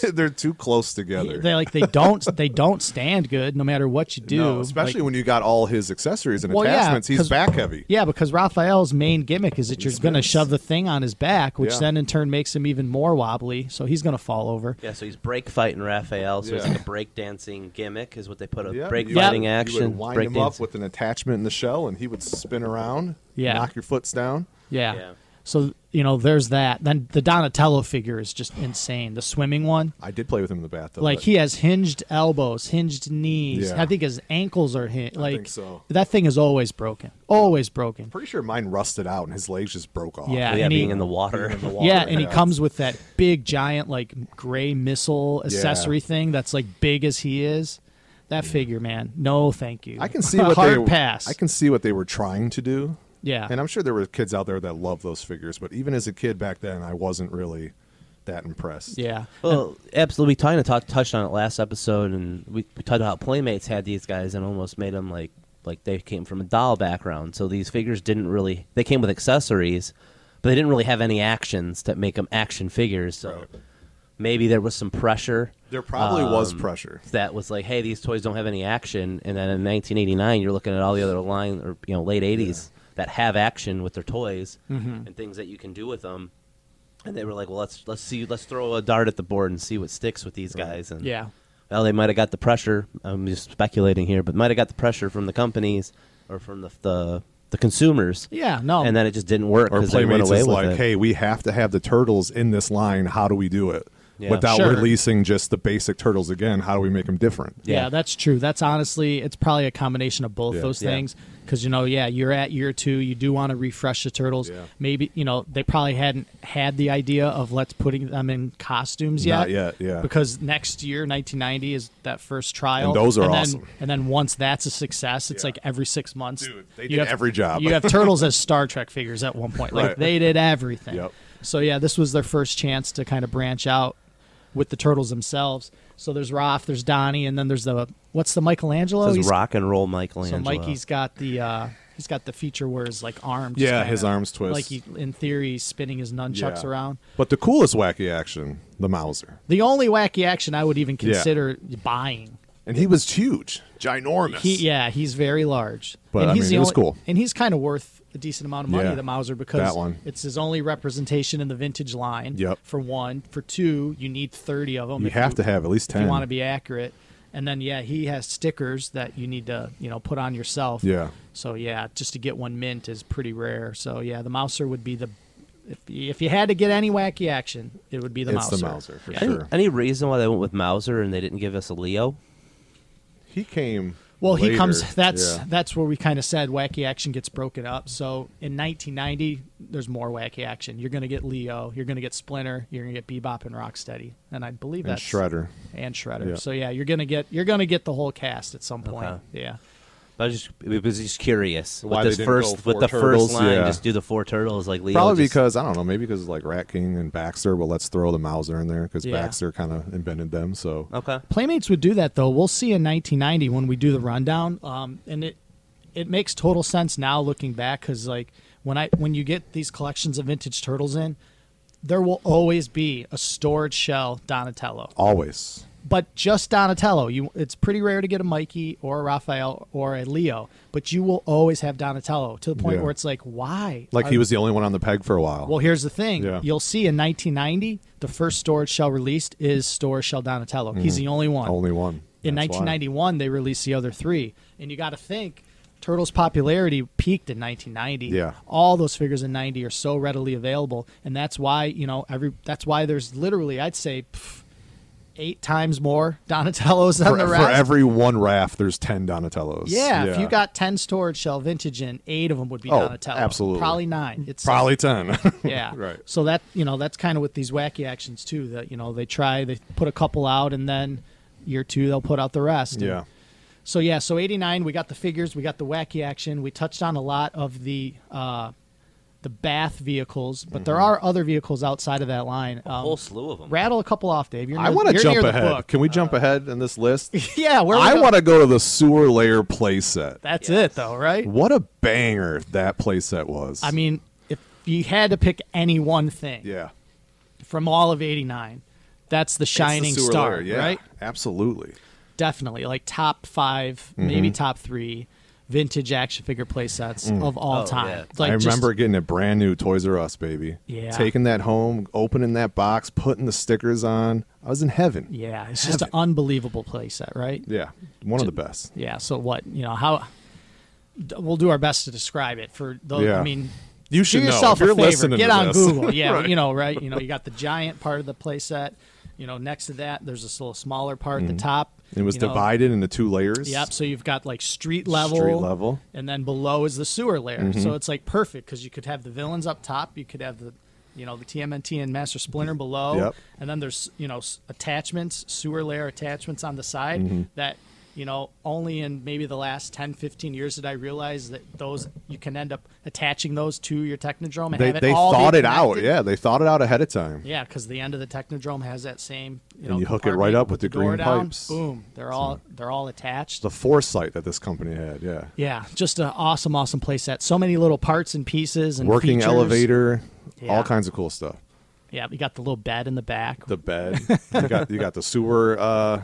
Speaker 4: They're too close together.
Speaker 3: they like they don't they don't stand good no matter what you do
Speaker 4: no, especially
Speaker 3: Like,
Speaker 4: when you got all his accessories and
Speaker 3: Well, yeah,
Speaker 4: attachments.
Speaker 3: 'cause-
Speaker 4: he's back heavy.
Speaker 3: yeah, because Raphael's main gimmick is that you're going to
Speaker 4: spins.
Speaker 3: shove the thing on his back, which
Speaker 4: Yeah.
Speaker 3: then in turn makes him even more wobbly, so he's going to fall over.
Speaker 2: Yeah, so he's break fighting Raphael. So it's
Speaker 4: Yeah.
Speaker 2: like a break dancing gimmick, is what they put a
Speaker 4: Yeah,
Speaker 2: break
Speaker 4: you would-
Speaker 2: fighting
Speaker 3: Yeah.
Speaker 2: action.
Speaker 4: You would wind
Speaker 2: break
Speaker 4: him up
Speaker 2: dancing.
Speaker 4: with an attachment in the shell, and he would spin around,
Speaker 3: Yeah.
Speaker 4: knock your foots down.
Speaker 3: Yeah.
Speaker 2: Yeah.
Speaker 3: So you know, there's that. Then the Donatello figure is just insane. The swimming one,
Speaker 4: I did play with him in the bathtub.
Speaker 3: like
Speaker 4: but
Speaker 3: he has hinged elbows, hinged knees.
Speaker 4: Yeah.
Speaker 3: I think his ankles are hinged. Like
Speaker 4: think so.
Speaker 3: that thing is always broken, always broken.
Speaker 4: pretty sure mine rusted out, and his legs just broke off.
Speaker 3: Yeah,
Speaker 2: yeah,
Speaker 3: and he-
Speaker 2: being in the water.
Speaker 3: yeah, and he comes with that big giant like gray missile accessory thing that's like big as he is. That figure, man. No, thank you.
Speaker 4: Mm. I can see what
Speaker 3: hard
Speaker 4: they
Speaker 3: pass.
Speaker 4: I can see what they were trying to do.
Speaker 3: Yeah.
Speaker 4: and I'm sure there were kids out there that loved those figures, but even as a kid back then, I wasn't really that impressed.
Speaker 3: Yeah.
Speaker 2: Well, absolutely. We kind of talk, touched on it last episode, and we, we talked about how Playmates had these guys and almost made them like like they came from a doll background. So these figures didn't really they came with accessories, but they didn't really have any actions that make them action figures. So maybe there was some pressure
Speaker 4: there probably was
Speaker 2: um,
Speaker 4: pressure.
Speaker 2: that was like, hey, these toys don't have any action. And then in 1989, you're looking at all the other line or you know late 80s that have action with their toys
Speaker 4: Mm-hmm.
Speaker 2: and things that you can do with them. And they were like, well, let's let's see, let's throw a dart at the board and see what sticks with these guys. And
Speaker 4: Mm.
Speaker 3: Yeah.
Speaker 2: well, they might have got the pressure. I'm just speculating here, but might have got the pressure from the companies or from the the, the consumers.
Speaker 3: Yeah. No.
Speaker 2: And then it just didn't work
Speaker 4: Or
Speaker 2: because they went
Speaker 4: Playmates
Speaker 2: away
Speaker 4: is
Speaker 2: with
Speaker 4: like,
Speaker 2: it.
Speaker 4: hey, we have to have the turtles in this line. How do we do it?
Speaker 2: Yeah.
Speaker 4: Without
Speaker 3: Sure.
Speaker 4: releasing just the basic turtles again, how do we make them different?
Speaker 3: Yeah.
Speaker 2: Yeah.
Speaker 3: that's true. That's honestly, it's probably a combination of both
Speaker 4: Yeah.
Speaker 3: those
Speaker 2: Yeah.
Speaker 3: things. Because you know, yeah, you're at year two. You do want to refresh the turtles.
Speaker 4: Yeah.
Speaker 3: Maybe you know they probably hadn't had the idea of let's putting them in costumes yet.
Speaker 4: Not yet, yeah.
Speaker 3: Because next year, 1990 is that first trial.
Speaker 4: And those are
Speaker 3: then,
Speaker 4: awesome.
Speaker 3: And then once that's a success, it's
Speaker 4: Yeah.
Speaker 3: like every six months.
Speaker 4: Dude, they
Speaker 3: you
Speaker 4: did every job.
Speaker 3: You have turtles as Star Trek figures at one point. Like
Speaker 4: Right.
Speaker 3: they did everything.
Speaker 4: Yep.
Speaker 3: So yeah, this was their first chance to kind of branch out with the turtles themselves. So there's Raph, there's Donnie, and then there's the what's the Michelangelo?
Speaker 2: It says
Speaker 3: Oh, He's-
Speaker 2: rock and roll Michelangelo.
Speaker 3: so Mikey's got the uh, he's got the feature where his like arm. just
Speaker 4: Yeah,
Speaker 3: kinda-
Speaker 4: his arms twist.
Speaker 3: Like he, in theory, spinning his nunchucks
Speaker 4: Yeah.
Speaker 3: around.
Speaker 4: But the coolest wacky action, the Mauser,
Speaker 3: The only wacky action I would even
Speaker 4: Yeah.
Speaker 3: consider buying.
Speaker 4: and he was huge, ginormous.
Speaker 3: He yeah, he's very large.
Speaker 4: But,
Speaker 3: and
Speaker 4: I
Speaker 3: he's
Speaker 4: mean,
Speaker 3: the
Speaker 4: it was
Speaker 3: only-
Speaker 4: cool.
Speaker 3: And he's kind of worth a decent amount of money,
Speaker 4: Yeah.
Speaker 3: the Mauser, because
Speaker 4: That one.
Speaker 3: it's his only representation in the vintage line.
Speaker 4: Yep.
Speaker 3: For one, for two, you need thirty of them.
Speaker 4: You
Speaker 3: if
Speaker 4: have to have at least
Speaker 3: if
Speaker 4: ten.
Speaker 3: you want to be accurate. And then yeah, he has stickers that you need to you know put on yourself.
Speaker 4: Yeah.
Speaker 3: So yeah, just to get one mint is pretty rare. So yeah, the Mouser would be the if if you had to get any wacky action, it would be the
Speaker 4: it's
Speaker 3: Mouser.
Speaker 4: the Mauser for
Speaker 2: Any,
Speaker 4: sure.
Speaker 2: any reason why they went with Mauser and they didn't give us a Leo?
Speaker 4: He came.
Speaker 3: Well, he
Speaker 4: later.
Speaker 3: comes. That's
Speaker 4: Yeah.
Speaker 3: that's where we kind of said wacky action gets broken up. So in 1990, there's more wacky action. You're going to get Leo. You're going to get Splinter. You're going to get Bebop and Rocksteady, and I believe
Speaker 4: and
Speaker 3: that's
Speaker 4: Shredder.
Speaker 3: and Shredder.
Speaker 4: Yeah.
Speaker 3: So yeah, you're going to get you're going to get the whole cast at some point.
Speaker 2: Okay.
Speaker 3: Yeah.
Speaker 2: I was just, it was just curious with
Speaker 4: Why they
Speaker 2: this
Speaker 4: didn't
Speaker 2: first
Speaker 4: go
Speaker 2: with the
Speaker 4: four turtles,
Speaker 2: first line.
Speaker 4: yeah.
Speaker 2: Just do the four turtles like Leo.
Speaker 4: Probably
Speaker 2: just-
Speaker 4: because I don't know, maybe because like Rat King and Baxter, but let's throw the Mauser in there because
Speaker 3: Yeah.
Speaker 4: Baxter kind of invented them. So
Speaker 2: okay,
Speaker 3: Playmates would do that though. We'll see in 1990 when we do the rundown, um, and it it makes total sense now looking back because like when I when you get these collections of vintage turtles in, there will always be a storage shell Donatello,
Speaker 4: always,
Speaker 3: but just Donatello. You it's pretty rare to get a Mikey or a Raphael or a Leo, but you will always have Donatello to the point
Speaker 4: Yeah.
Speaker 3: where it's like why
Speaker 4: like
Speaker 3: are-
Speaker 4: he was the only one on the peg for a while.
Speaker 3: well, here's the thing.
Speaker 4: Yeah.
Speaker 3: You'll see in 1990, the first storage shell released is storage shell Donatello. He's
Speaker 4: Mm-hmm.
Speaker 3: the only one.
Speaker 4: only one
Speaker 3: In
Speaker 4: That's why.
Speaker 3: 1991, they released the other three, and you got to think Turtles' popularity peaked in 1990.
Speaker 4: Yeah.
Speaker 3: all those figures in 90 are so readily available, and that's why you know every. That's why there's literally, I'd say, pff, eight times more Donatellos than
Speaker 4: For, e-,
Speaker 3: the
Speaker 4: for
Speaker 3: rest.
Speaker 4: every one raft, there's ten Donatellos.
Speaker 3: yeah, if you got 10 storage shell vintage in, eight of them would be
Speaker 4: Oh,
Speaker 3: Donatello.
Speaker 4: absolutely.
Speaker 3: probably nine. It's
Speaker 4: probably ten.
Speaker 3: yeah.
Speaker 4: Right.
Speaker 3: So that you know that's kind of with these wacky actions too. That you know they try they put a couple out and then year two they'll put out the rest. And
Speaker 4: yeah,
Speaker 3: so yeah. So eighty nine we got the figures we got the wacky action we touched on a lot of the uh, the bath vehicles but
Speaker 4: Mm-hmm.
Speaker 3: there are other vehicles outside of that line.
Speaker 2: a
Speaker 3: Um,
Speaker 2: whole slew of them.
Speaker 3: rattle a couple off, Dave. You're
Speaker 4: I
Speaker 3: want to
Speaker 4: jump
Speaker 3: near the
Speaker 4: ahead.
Speaker 3: book. Uh,
Speaker 4: Can we jump ahead in this list?
Speaker 3: yeah. Where
Speaker 4: I want
Speaker 3: to.
Speaker 4: to go to the sewer layer playset.
Speaker 3: That's it though, right?
Speaker 4: What a banger that playset was.
Speaker 3: I mean, if you had to pick any one thing
Speaker 4: yeah,
Speaker 3: from all of eighty nine. That's the
Speaker 4: It's the
Speaker 3: shining
Speaker 4: sewer
Speaker 3: star,
Speaker 4: layer, yeah,
Speaker 3: right?
Speaker 4: Absolutely.
Speaker 3: definitely like top 5
Speaker 4: Mm-hmm.
Speaker 3: maybe top three vintage action figure play sets of all
Speaker 2: Oh,
Speaker 3: time.
Speaker 2: yeah.
Speaker 3: Like
Speaker 4: Mm. I
Speaker 3: just-
Speaker 4: remember getting a brand new Toys R Us, baby.
Speaker 3: Yeah.
Speaker 4: Taking that home, opening that box, putting the stickers on. I was in heaven.
Speaker 3: yeah, it's just an unbelievable play set, right?
Speaker 4: Yeah, one of the best.
Speaker 3: Yeah. So what you know how d- we'll do our best to describe it for those.
Speaker 4: Yeah.
Speaker 3: I mean,
Speaker 4: You
Speaker 3: do
Speaker 4: should know.
Speaker 3: yourself
Speaker 4: if you're
Speaker 3: a favor.
Speaker 4: listening
Speaker 3: Get
Speaker 4: to
Speaker 3: on
Speaker 4: this.
Speaker 3: Google. Yeah, you know, right? You know, you got the giant part of the play set. You know, next to that, there's this little smaller part at the top.
Speaker 4: Mm. It was
Speaker 3: you know.
Speaker 4: divided into two layers.
Speaker 3: Yep. So you've got like street level,
Speaker 4: Street level. Mm-hmm.
Speaker 3: and then below is the sewer layer. So it's like perfect because you could have the villains up top, you could have the, you know, the TMNT and Master Splinter below,
Speaker 4: Yep.
Speaker 3: and then there's you know s- attachments, sewer layer attachments on the side
Speaker 4: Mm-hmm.
Speaker 3: that you know only in maybe the last 10 15 years did i realize that those you can end up attaching those to your technodrome and
Speaker 4: They,
Speaker 3: have it
Speaker 4: they
Speaker 3: all be
Speaker 4: thought it out.
Speaker 3: connected.
Speaker 4: Yeah, they thought it out ahead of time.
Speaker 3: Yeah, because the end of the Technodrome has that same. You know,
Speaker 4: you hook it right
Speaker 3: compartment,
Speaker 4: up
Speaker 3: put
Speaker 4: with the
Speaker 3: door
Speaker 4: green
Speaker 3: down,
Speaker 4: pipes.
Speaker 3: Boom! They're all they're all attached.
Speaker 4: The foresight that this company had. Yeah.
Speaker 3: yeah, just an awesome, awesome playset. So many little parts and pieces and
Speaker 4: Working
Speaker 3: features.
Speaker 4: elevator,
Speaker 3: Yeah.
Speaker 4: all kinds of cool stuff.
Speaker 3: Yeah, you got the little bed in the back.
Speaker 4: The bed. you got you got the sewer uh,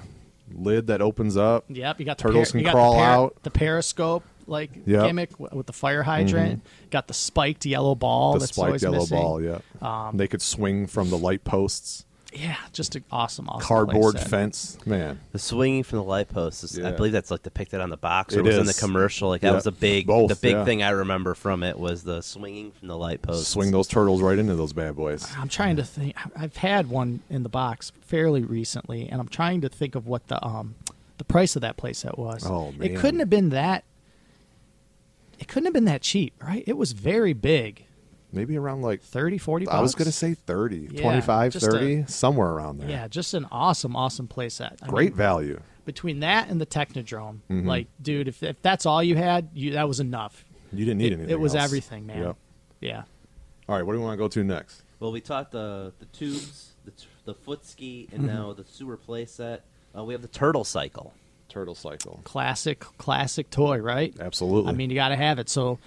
Speaker 4: lid that opens up.
Speaker 3: yep, you got the
Speaker 4: turtles
Speaker 3: per-
Speaker 4: can
Speaker 3: you got
Speaker 4: crawl
Speaker 3: the
Speaker 4: out.
Speaker 3: The periscope like
Speaker 4: Yep. Mm-hmm.
Speaker 3: gimmick w- with the fire hydrant. Got the spiked yellow ball.
Speaker 4: the
Speaker 3: that's
Speaker 4: spiked
Speaker 3: always
Speaker 4: yellow
Speaker 3: missing. Um,
Speaker 4: ball. Yeah. they could swing from the light posts.
Speaker 3: Yeah, just an awesome, awesome
Speaker 4: Cardboard
Speaker 3: playset.
Speaker 4: fence. Man.
Speaker 2: The swinging from the light post. Is,
Speaker 4: Yeah.
Speaker 2: I believe that's like depicted on the box or
Speaker 4: It
Speaker 2: it was in the
Speaker 4: is.
Speaker 2: commercial. Like that
Speaker 4: Yeah.
Speaker 2: was a big,
Speaker 4: Both,
Speaker 2: the big
Speaker 4: yeah.
Speaker 2: thing I remember from it was the swinging from the light post.
Speaker 4: Swing those turtles right into those bad boys.
Speaker 3: I'm trying to think. I- I've had one in the box fairly recently, and I'm trying to think of what the um the price of that playset was.
Speaker 4: Oh,
Speaker 3: it
Speaker 4: man.
Speaker 3: couldn't have been that. It couldn't have been that cheap, right? It was very big,
Speaker 4: Maybe around like
Speaker 3: 30, 40 bucks.
Speaker 4: I was going to say 30,
Speaker 3: Yeah,
Speaker 4: 25,
Speaker 3: just a-
Speaker 4: 30, somewhere around there.
Speaker 3: yeah, just an awesome, awesome playset. I
Speaker 4: Great Mm-hmm.
Speaker 3: mean,
Speaker 4: value.
Speaker 3: between that and the Technodrome, like, dude, if, if that's all you had, you that was enough.
Speaker 4: You didn't need
Speaker 3: it,
Speaker 4: anything.
Speaker 3: it was
Speaker 4: else.
Speaker 3: everything, man.
Speaker 4: Yep.
Speaker 3: Yeah,
Speaker 4: All right, what do we want to go to next?
Speaker 2: Well, we taught the the
Speaker 4: Mm-hmm.
Speaker 2: tubes, the t- the foot ski, and now the sewer play set. Uh, we have the turtle cycle.
Speaker 4: Turtle Cycle.
Speaker 3: Classic, classic toy, right?
Speaker 4: Absolutely.
Speaker 3: I mean, you got to have it. So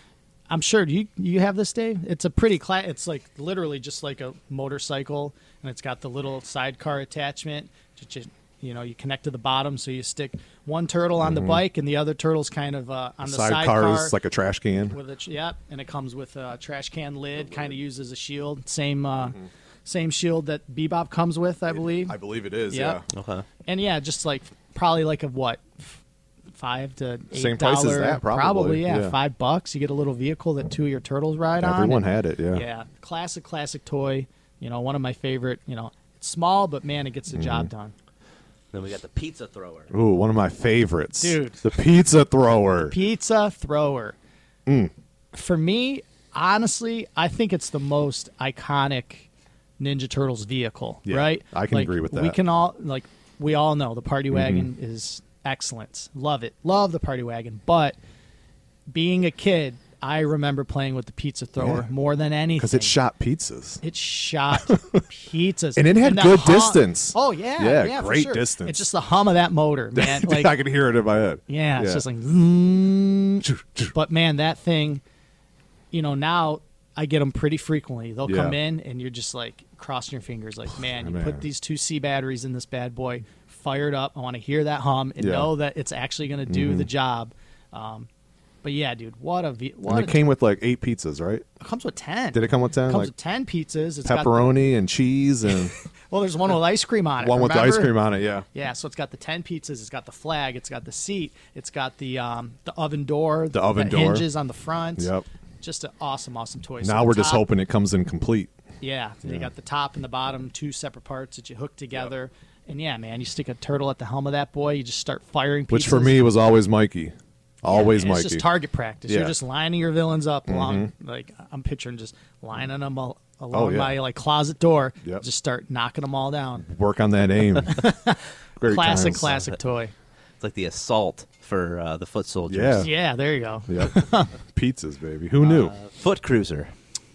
Speaker 3: I'm sure do you you have this, Dave. It's a pretty cla- It's like literally just like a motorcycle, and it's got the little sidecar attachment. Just, just, you know, you connect to the bottom, so you stick one turtle on the bike, and the other turtle's kind of uh, on the sidecar.
Speaker 4: Mm-hmm. sidecar is like a trash can.
Speaker 3: with a tr- yep, and it comes with a trash can lid, kind of used as a shield. Same, uh, same shield that Bebop comes with, I believe.
Speaker 4: Mm-hmm. I believe it is.
Speaker 3: Yep.
Speaker 4: Yeah.
Speaker 2: Okay.
Speaker 3: and yeah, just like probably like a what, f- five to eight
Speaker 4: Same price as
Speaker 3: dollar-
Speaker 4: that, probably.
Speaker 3: yeah,
Speaker 4: Yeah.
Speaker 3: five bucks. You get a little vehicle that two of your turtles ride on.
Speaker 4: Everyone
Speaker 3: and-
Speaker 4: had it. Yeah.
Speaker 3: yeah, classic, classic toy. You know, one of my favorite. You know, it's small, but man, it gets the job
Speaker 4: Mm-hmm.
Speaker 3: done.
Speaker 2: Then we got the pizza thrower.
Speaker 4: Ooh, one of my favorites.
Speaker 3: Dude.
Speaker 4: The pizza thrower.
Speaker 3: Pizza thrower.
Speaker 4: Mm.
Speaker 3: For me, honestly, I think it's the most iconic Ninja Turtles vehicle.
Speaker 4: Yeah,
Speaker 3: right?
Speaker 4: I can
Speaker 3: Like,
Speaker 4: agree with
Speaker 3: We
Speaker 4: that. Mm-hmm.
Speaker 3: can all like we all know the party wagon is excellent. Love it. Love the party wagon. But being a kid, I remember playing with the pizza thrower
Speaker 4: Yeah.
Speaker 3: more than anything.
Speaker 4: Because it shot pizzas.
Speaker 3: It shot pizzas,
Speaker 4: And it had
Speaker 3: the
Speaker 4: good
Speaker 3: hum-
Speaker 4: distance.
Speaker 3: Oh yeah,
Speaker 4: Yeah,
Speaker 3: yeah,
Speaker 4: great
Speaker 3: for sure.
Speaker 4: distance.
Speaker 3: It's just the hum of that motor, man. Like,
Speaker 4: I can hear it in my head.
Speaker 3: yeah, it's just like, zoom.
Speaker 4: Choo, choo.
Speaker 3: but man, that thing, you know, now I get them pretty frequently. They'll
Speaker 4: Yeah.
Speaker 3: come in, and you're just like crossing your fingers, like, man, you
Speaker 4: Man.
Speaker 3: put these two C batteries in this bad boy, fired up. I want to hear that hum and
Speaker 4: Yeah. Mm-hmm.
Speaker 3: know that it's actually going to do the job. Um, but yeah, dude, what a ve- what
Speaker 4: And it
Speaker 3: a-
Speaker 4: came with like eight pizzas, right?
Speaker 3: it comes with ten.
Speaker 4: Did it come with 10?
Speaker 3: It comes
Speaker 4: Like
Speaker 3: with ten pizzas. It's got the-
Speaker 4: Pepperoni and cheese and
Speaker 3: well, there's one with ice cream on it.
Speaker 4: one with the ice
Speaker 3: remember?
Speaker 4: cream on it. Yeah.
Speaker 3: Yeah, so it's got the ten pizzas, it's got the flag, it's got the seat, it's got the um, the oven door,
Speaker 4: The oven door.
Speaker 3: hinges on the front.
Speaker 4: Yep.
Speaker 3: Just an awesome, awesome toy. So
Speaker 4: Now
Speaker 3: the
Speaker 4: we're just
Speaker 3: top-
Speaker 4: hoping it comes in complete.
Speaker 3: Yeah, they
Speaker 4: Yeah.
Speaker 3: got the top and the bottom, two separate parts that you hook together. And yeah, man, you stick a turtle at the helm of that boy, you just start firing. Pizzas.
Speaker 4: Which for me was always Mikey.
Speaker 3: Yeah,
Speaker 4: Always
Speaker 3: man,
Speaker 4: Mikey.
Speaker 3: It's just target practice.
Speaker 4: Yeah. Mm-hmm.
Speaker 3: You're just lining your villains up along. Like I'm picturing just lining them all along
Speaker 4: Oh, yeah.
Speaker 3: my like closet door.
Speaker 4: Yep.
Speaker 3: Just start knocking them all down.
Speaker 4: Work on that aim. Great
Speaker 3: classic,
Speaker 4: times.
Speaker 3: classic toy.
Speaker 2: It's like the assault for uh, the foot soldiers.
Speaker 4: Yeah.
Speaker 3: Yeah, there you go.
Speaker 4: Yep. Pizzas, baby. Who knew?
Speaker 2: Uh, Foot cruiser.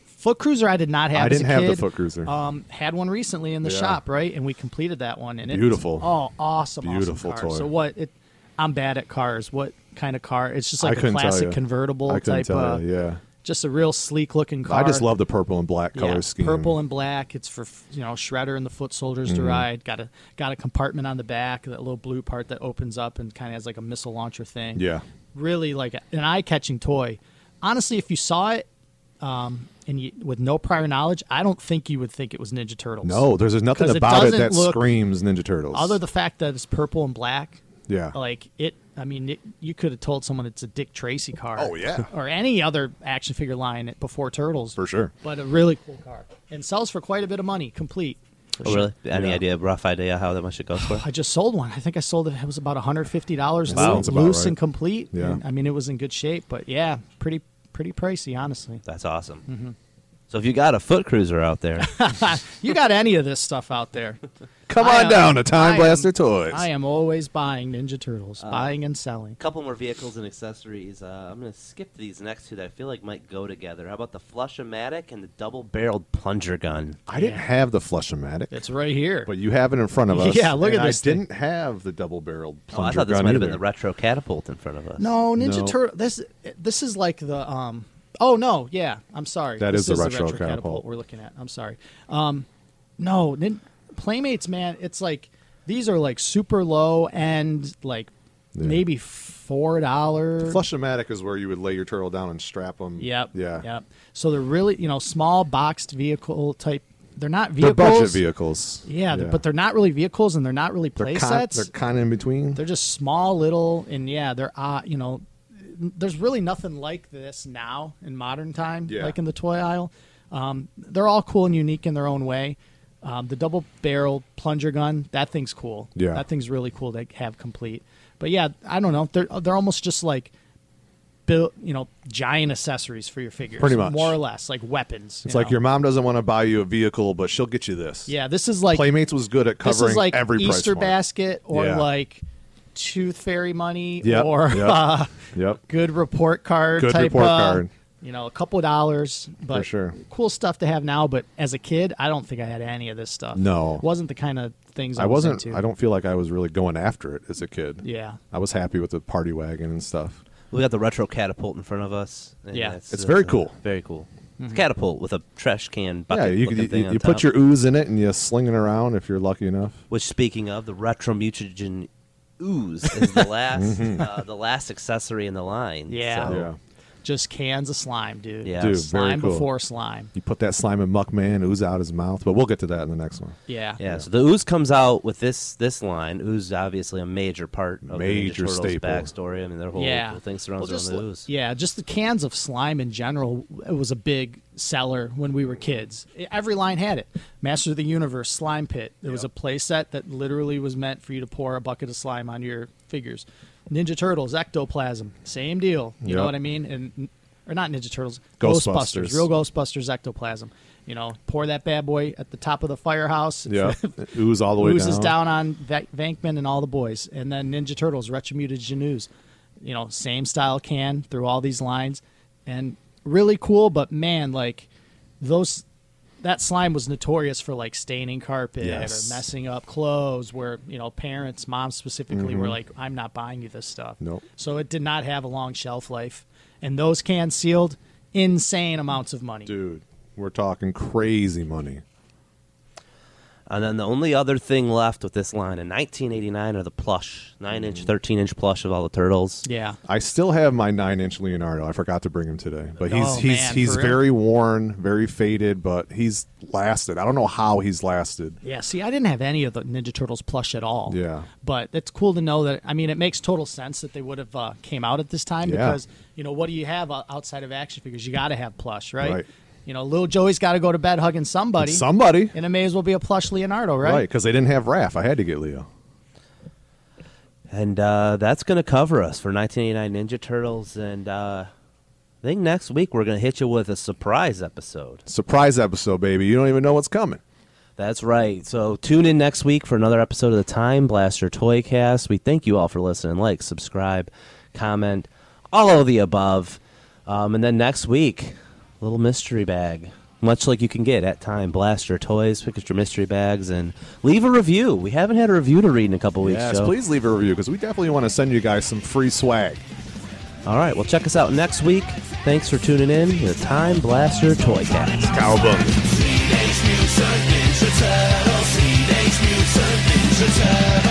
Speaker 3: Foot Cruiser I did not
Speaker 4: I
Speaker 3: have. Uh, as
Speaker 4: didn't
Speaker 3: a
Speaker 4: have the
Speaker 3: kid.
Speaker 4: Foot Cruiser.
Speaker 3: Um, had one recently in the
Speaker 4: Yeah.
Speaker 3: shop, right? And we completed that one. And it's-
Speaker 4: Beautiful.
Speaker 3: oh, awesome,
Speaker 4: Beautiful
Speaker 3: awesome car.
Speaker 4: toy.
Speaker 3: So what? It, I'm bad at cars. What kind of car? It's just
Speaker 4: I
Speaker 3: like a
Speaker 4: couldn't tell
Speaker 3: classic
Speaker 4: you.
Speaker 3: convertible
Speaker 4: I couldn't
Speaker 3: type.
Speaker 4: tell
Speaker 3: uh,
Speaker 4: you. Yeah.
Speaker 3: Just a real sleek looking car.
Speaker 4: I just love the purple and black color
Speaker 3: yeah,
Speaker 4: scheme. Mm-hmm.
Speaker 3: Purple and black. It's for you know Shredder and the foot soldiers to ride. Got a got a compartment on the back, that little blue part that opens up and kind of has like a missile launcher thing
Speaker 4: Yeah.
Speaker 3: really like an eye-catching toy. Honestly, if you saw it um, and you, with no prior knowledge, I don't think you would think it was Ninja Turtles.
Speaker 4: No, there's, there's nothing
Speaker 3: 'Cause it
Speaker 4: about it,
Speaker 3: doesn't
Speaker 4: that
Speaker 3: look-
Speaker 4: screams Ninja Turtles.
Speaker 3: other the fact that it's purple and black,
Speaker 4: yeah.
Speaker 3: like it. I mean, it, you could have told someone it's a Dick Tracy car.
Speaker 4: Oh, yeah.
Speaker 3: or any other action figure line before Turtles
Speaker 4: for sure.
Speaker 3: But a really cool car and sells for quite a bit of money. Complete. for
Speaker 2: Oh,
Speaker 3: sure.
Speaker 2: really? Any
Speaker 4: Yeah.
Speaker 2: idea, rough idea how that much it goes for?
Speaker 3: I just sold one. I think I sold it. It was about hundred fifty dollars
Speaker 4: Wow.
Speaker 3: loose,
Speaker 4: Sounds about right.
Speaker 3: and complete.
Speaker 4: Yeah.
Speaker 3: And, I mean, it was in good shape, but yeah, pretty pretty pricey, honestly.
Speaker 2: That's awesome.
Speaker 4: Mm-hmm.
Speaker 2: So if you got a foot cruiser out there,
Speaker 3: you got any of this stuff out there?
Speaker 4: Come
Speaker 3: I
Speaker 4: on
Speaker 3: am-
Speaker 4: down to Time
Speaker 3: I am-
Speaker 4: Blaster Toys.
Speaker 3: I am always buying Ninja
Speaker 2: Uh,
Speaker 3: Turtles, buying and selling.
Speaker 2: couple more vehicles and accessories. Uh, I'm going to skip these next two that I feel like might go together. How about the flush-o-matic and the double-barreled plunger gun? Oh,
Speaker 4: I didn't have the flush-o-matic,
Speaker 3: It's right here.
Speaker 4: but you have it in front of us.
Speaker 3: Yeah, look
Speaker 4: and
Speaker 3: at this
Speaker 4: I
Speaker 3: thing.
Speaker 4: didn't have the double-barreled
Speaker 2: Oh, I
Speaker 4: plunger
Speaker 2: thought this
Speaker 4: gun
Speaker 2: might have
Speaker 4: either.
Speaker 2: been the retro catapult in front of us.
Speaker 3: no, Ninja
Speaker 4: No.
Speaker 3: Turtle. This this is like the um. Oh no, yeah. I'm sorry.
Speaker 4: That
Speaker 3: That is
Speaker 4: is the retro catapult.
Speaker 3: we're looking at. I'm sorry. Um, no, nin- Playmates, man. It's like these are like super low end, like
Speaker 4: Yeah.
Speaker 3: maybe four dollars.
Speaker 4: Flush-o-matic is where you would lay your turtle down and strap them.
Speaker 3: Yep.
Speaker 4: Yeah.
Speaker 3: Yep. So they're really you know small boxed vehicle type. They're not
Speaker 4: They're
Speaker 3: vehicles.
Speaker 4: budget vehicles.
Speaker 3: Yeah, th- but they're not really vehicles and they're not really play
Speaker 4: they're kind,
Speaker 3: sets.
Speaker 4: they're
Speaker 3: They're,
Speaker 4: kind of in between.
Speaker 3: just small, little, and yeah, they're uh, you know, there's really nothing like this now in modern time,
Speaker 4: Yeah.
Speaker 3: like in the toy aisle. Um, they're all cool and unique in their own way. Um, the double barrel plunger gun, that thing's cool.
Speaker 4: Yeah.
Speaker 3: that thing's really cool to have complete. But yeah, I don't know. They're they're almost just like built, you know, giant accessories for your figures,
Speaker 4: Pretty much.
Speaker 3: more or less, like weapons.
Speaker 4: It's
Speaker 3: you
Speaker 4: like
Speaker 3: know.
Speaker 4: your mom doesn't want to buy you a vehicle, but she'll get you this.
Speaker 3: yeah. This is like
Speaker 4: Playmates was good at covering
Speaker 3: this is like
Speaker 4: every
Speaker 3: Easter
Speaker 4: price
Speaker 3: basket or
Speaker 4: Yeah.
Speaker 3: like tooth fairy money
Speaker 4: Yep,
Speaker 3: or
Speaker 4: yep.
Speaker 3: Uh,
Speaker 4: point. Yep.
Speaker 3: good report card
Speaker 4: Good
Speaker 3: type
Speaker 4: report
Speaker 3: uh,
Speaker 4: card.
Speaker 3: You know, a couple of dollars, but
Speaker 4: sure.
Speaker 3: cool stuff to have now. But as a kid, I don't think I had any of this stuff.
Speaker 4: No.
Speaker 3: it wasn't the kind of things.
Speaker 4: I
Speaker 3: was
Speaker 4: wasn't.
Speaker 3: into.
Speaker 4: I don't feel like I was really going after it as a kid.
Speaker 3: Yeah.
Speaker 4: I was happy with the party wagon and stuff.
Speaker 2: We got the retro catapult in front of us. and uh,
Speaker 3: Yeah.
Speaker 4: It's very cool. Mm-hmm.
Speaker 2: Very cool. It's a catapult with a trash can bucket.
Speaker 4: yeah, you
Speaker 2: looking
Speaker 4: could,
Speaker 2: thing
Speaker 4: you,
Speaker 2: on
Speaker 4: you put
Speaker 2: top.
Speaker 4: your ooze in it and you sling it around if you're lucky enough.
Speaker 2: Which, speaking of, the retro mutagen ooze is the last, uh, the last accessory in the line.
Speaker 3: Yeah.
Speaker 2: So,
Speaker 4: Mm-hmm. Yeah,
Speaker 3: Just cans of slime, dude.
Speaker 2: Yeah.
Speaker 4: dude, very
Speaker 3: Slime
Speaker 4: cool.
Speaker 3: before slime.
Speaker 4: You put that slime in Muck Man ooze out his mouth, but we'll get to that in the next one.
Speaker 3: Yeah.
Speaker 2: Yeah, so the ooze comes out with this this line. Ooze is obviously a major part of
Speaker 4: Major
Speaker 2: the Ninja Turtles
Speaker 4: staple.
Speaker 2: backstory. I mean, their whole,
Speaker 3: Yeah.
Speaker 2: whole thing surrounds
Speaker 3: Well, just
Speaker 2: around
Speaker 3: li-
Speaker 2: the ooze.
Speaker 3: Yeah, just the cans of slime in general it was a big seller when we were kids. I- Every line had it. Master of the Universe slime pit. There was a play set that literally was meant for you to pour a bucket of slime on your figures. Ninja Turtles ectoplasm, same deal. You know
Speaker 4: Yep.
Speaker 3: what I mean? And or not Ninja Turtles,
Speaker 4: Ghostbusters.
Speaker 3: Ghostbusters, real Ghostbusters ectoplasm. You know, pour that bad boy at the top of the firehouse.
Speaker 4: Yeah, ooze all the way
Speaker 3: Ooze
Speaker 4: down.
Speaker 3: is down on Va- Vankman and all the boys, and then Ninja Turtles, Retromuted News. You know, same style can through all these lines, and really cool. But man, like those, that slime was notorious for like staining carpet
Speaker 4: Yes.
Speaker 3: or messing up clothes. Where you know, parents, moms specifically, were like, "I'm not buying you this stuff."
Speaker 4: Mm-hmm. Nope.
Speaker 3: So it did not have a long shelf life, and those cans sealed insane amounts of money.
Speaker 4: Dude, we're talking crazy money.
Speaker 2: And then the only other thing left with this line in 1989 are the plush, nine inch, 13 inch plush of all the turtles.
Speaker 3: Yeah.
Speaker 4: I still have my nine inch Leonardo. I forgot to bring him today, but he's
Speaker 3: Oh,
Speaker 4: he's
Speaker 3: man,
Speaker 4: he's
Speaker 3: for real?
Speaker 4: very worn, very faded, but he's lasted. I don't know how he's lasted.
Speaker 3: Yeah, see, I didn't have any of the Ninja Turtles plush at all.
Speaker 4: Yeah.
Speaker 3: but it's cool to know that. I mean, it makes total sense that they would have uh, came out at this time
Speaker 4: Yeah.
Speaker 3: because you know what do you have o- outside of action figures? You got to have plush, right?
Speaker 4: Right.
Speaker 3: You know, little Joey's got to go to bed hugging somebody,
Speaker 4: Somebody,
Speaker 3: and it may as well be a plush Leonardo, right?
Speaker 4: right? Because they didn't have Raph. I had to get Leo.
Speaker 2: And uh, that's going to cover us for 1989 Ninja Turtles. And uh, I think next week we're going to hit you with a surprise episode.
Speaker 4: Surprise episode, baby. You don't even know what's coming.
Speaker 2: That's right. So tune in next week for another episode of the Time Blaster Toycast. We thank you all for listening. Like, subscribe, comment, all of the above. Um, and then next week, little mystery bag. Much like you can get at Time Blaster Toys, pick up your mystery bags and leave a review. We haven't had a review to read in a couple weeks.
Speaker 4: Yes,
Speaker 2: Joe.
Speaker 4: please leave a review because we definitely want to send you guys some free swag.
Speaker 2: All right, well, check us out next week. Thanks for tuning in to the Time Blaster Toycast.
Speaker 4: Cowabunga.
Speaker 5: Teenage Mutant Ninja Turtles. Teenage Mutant Ninja Turtles.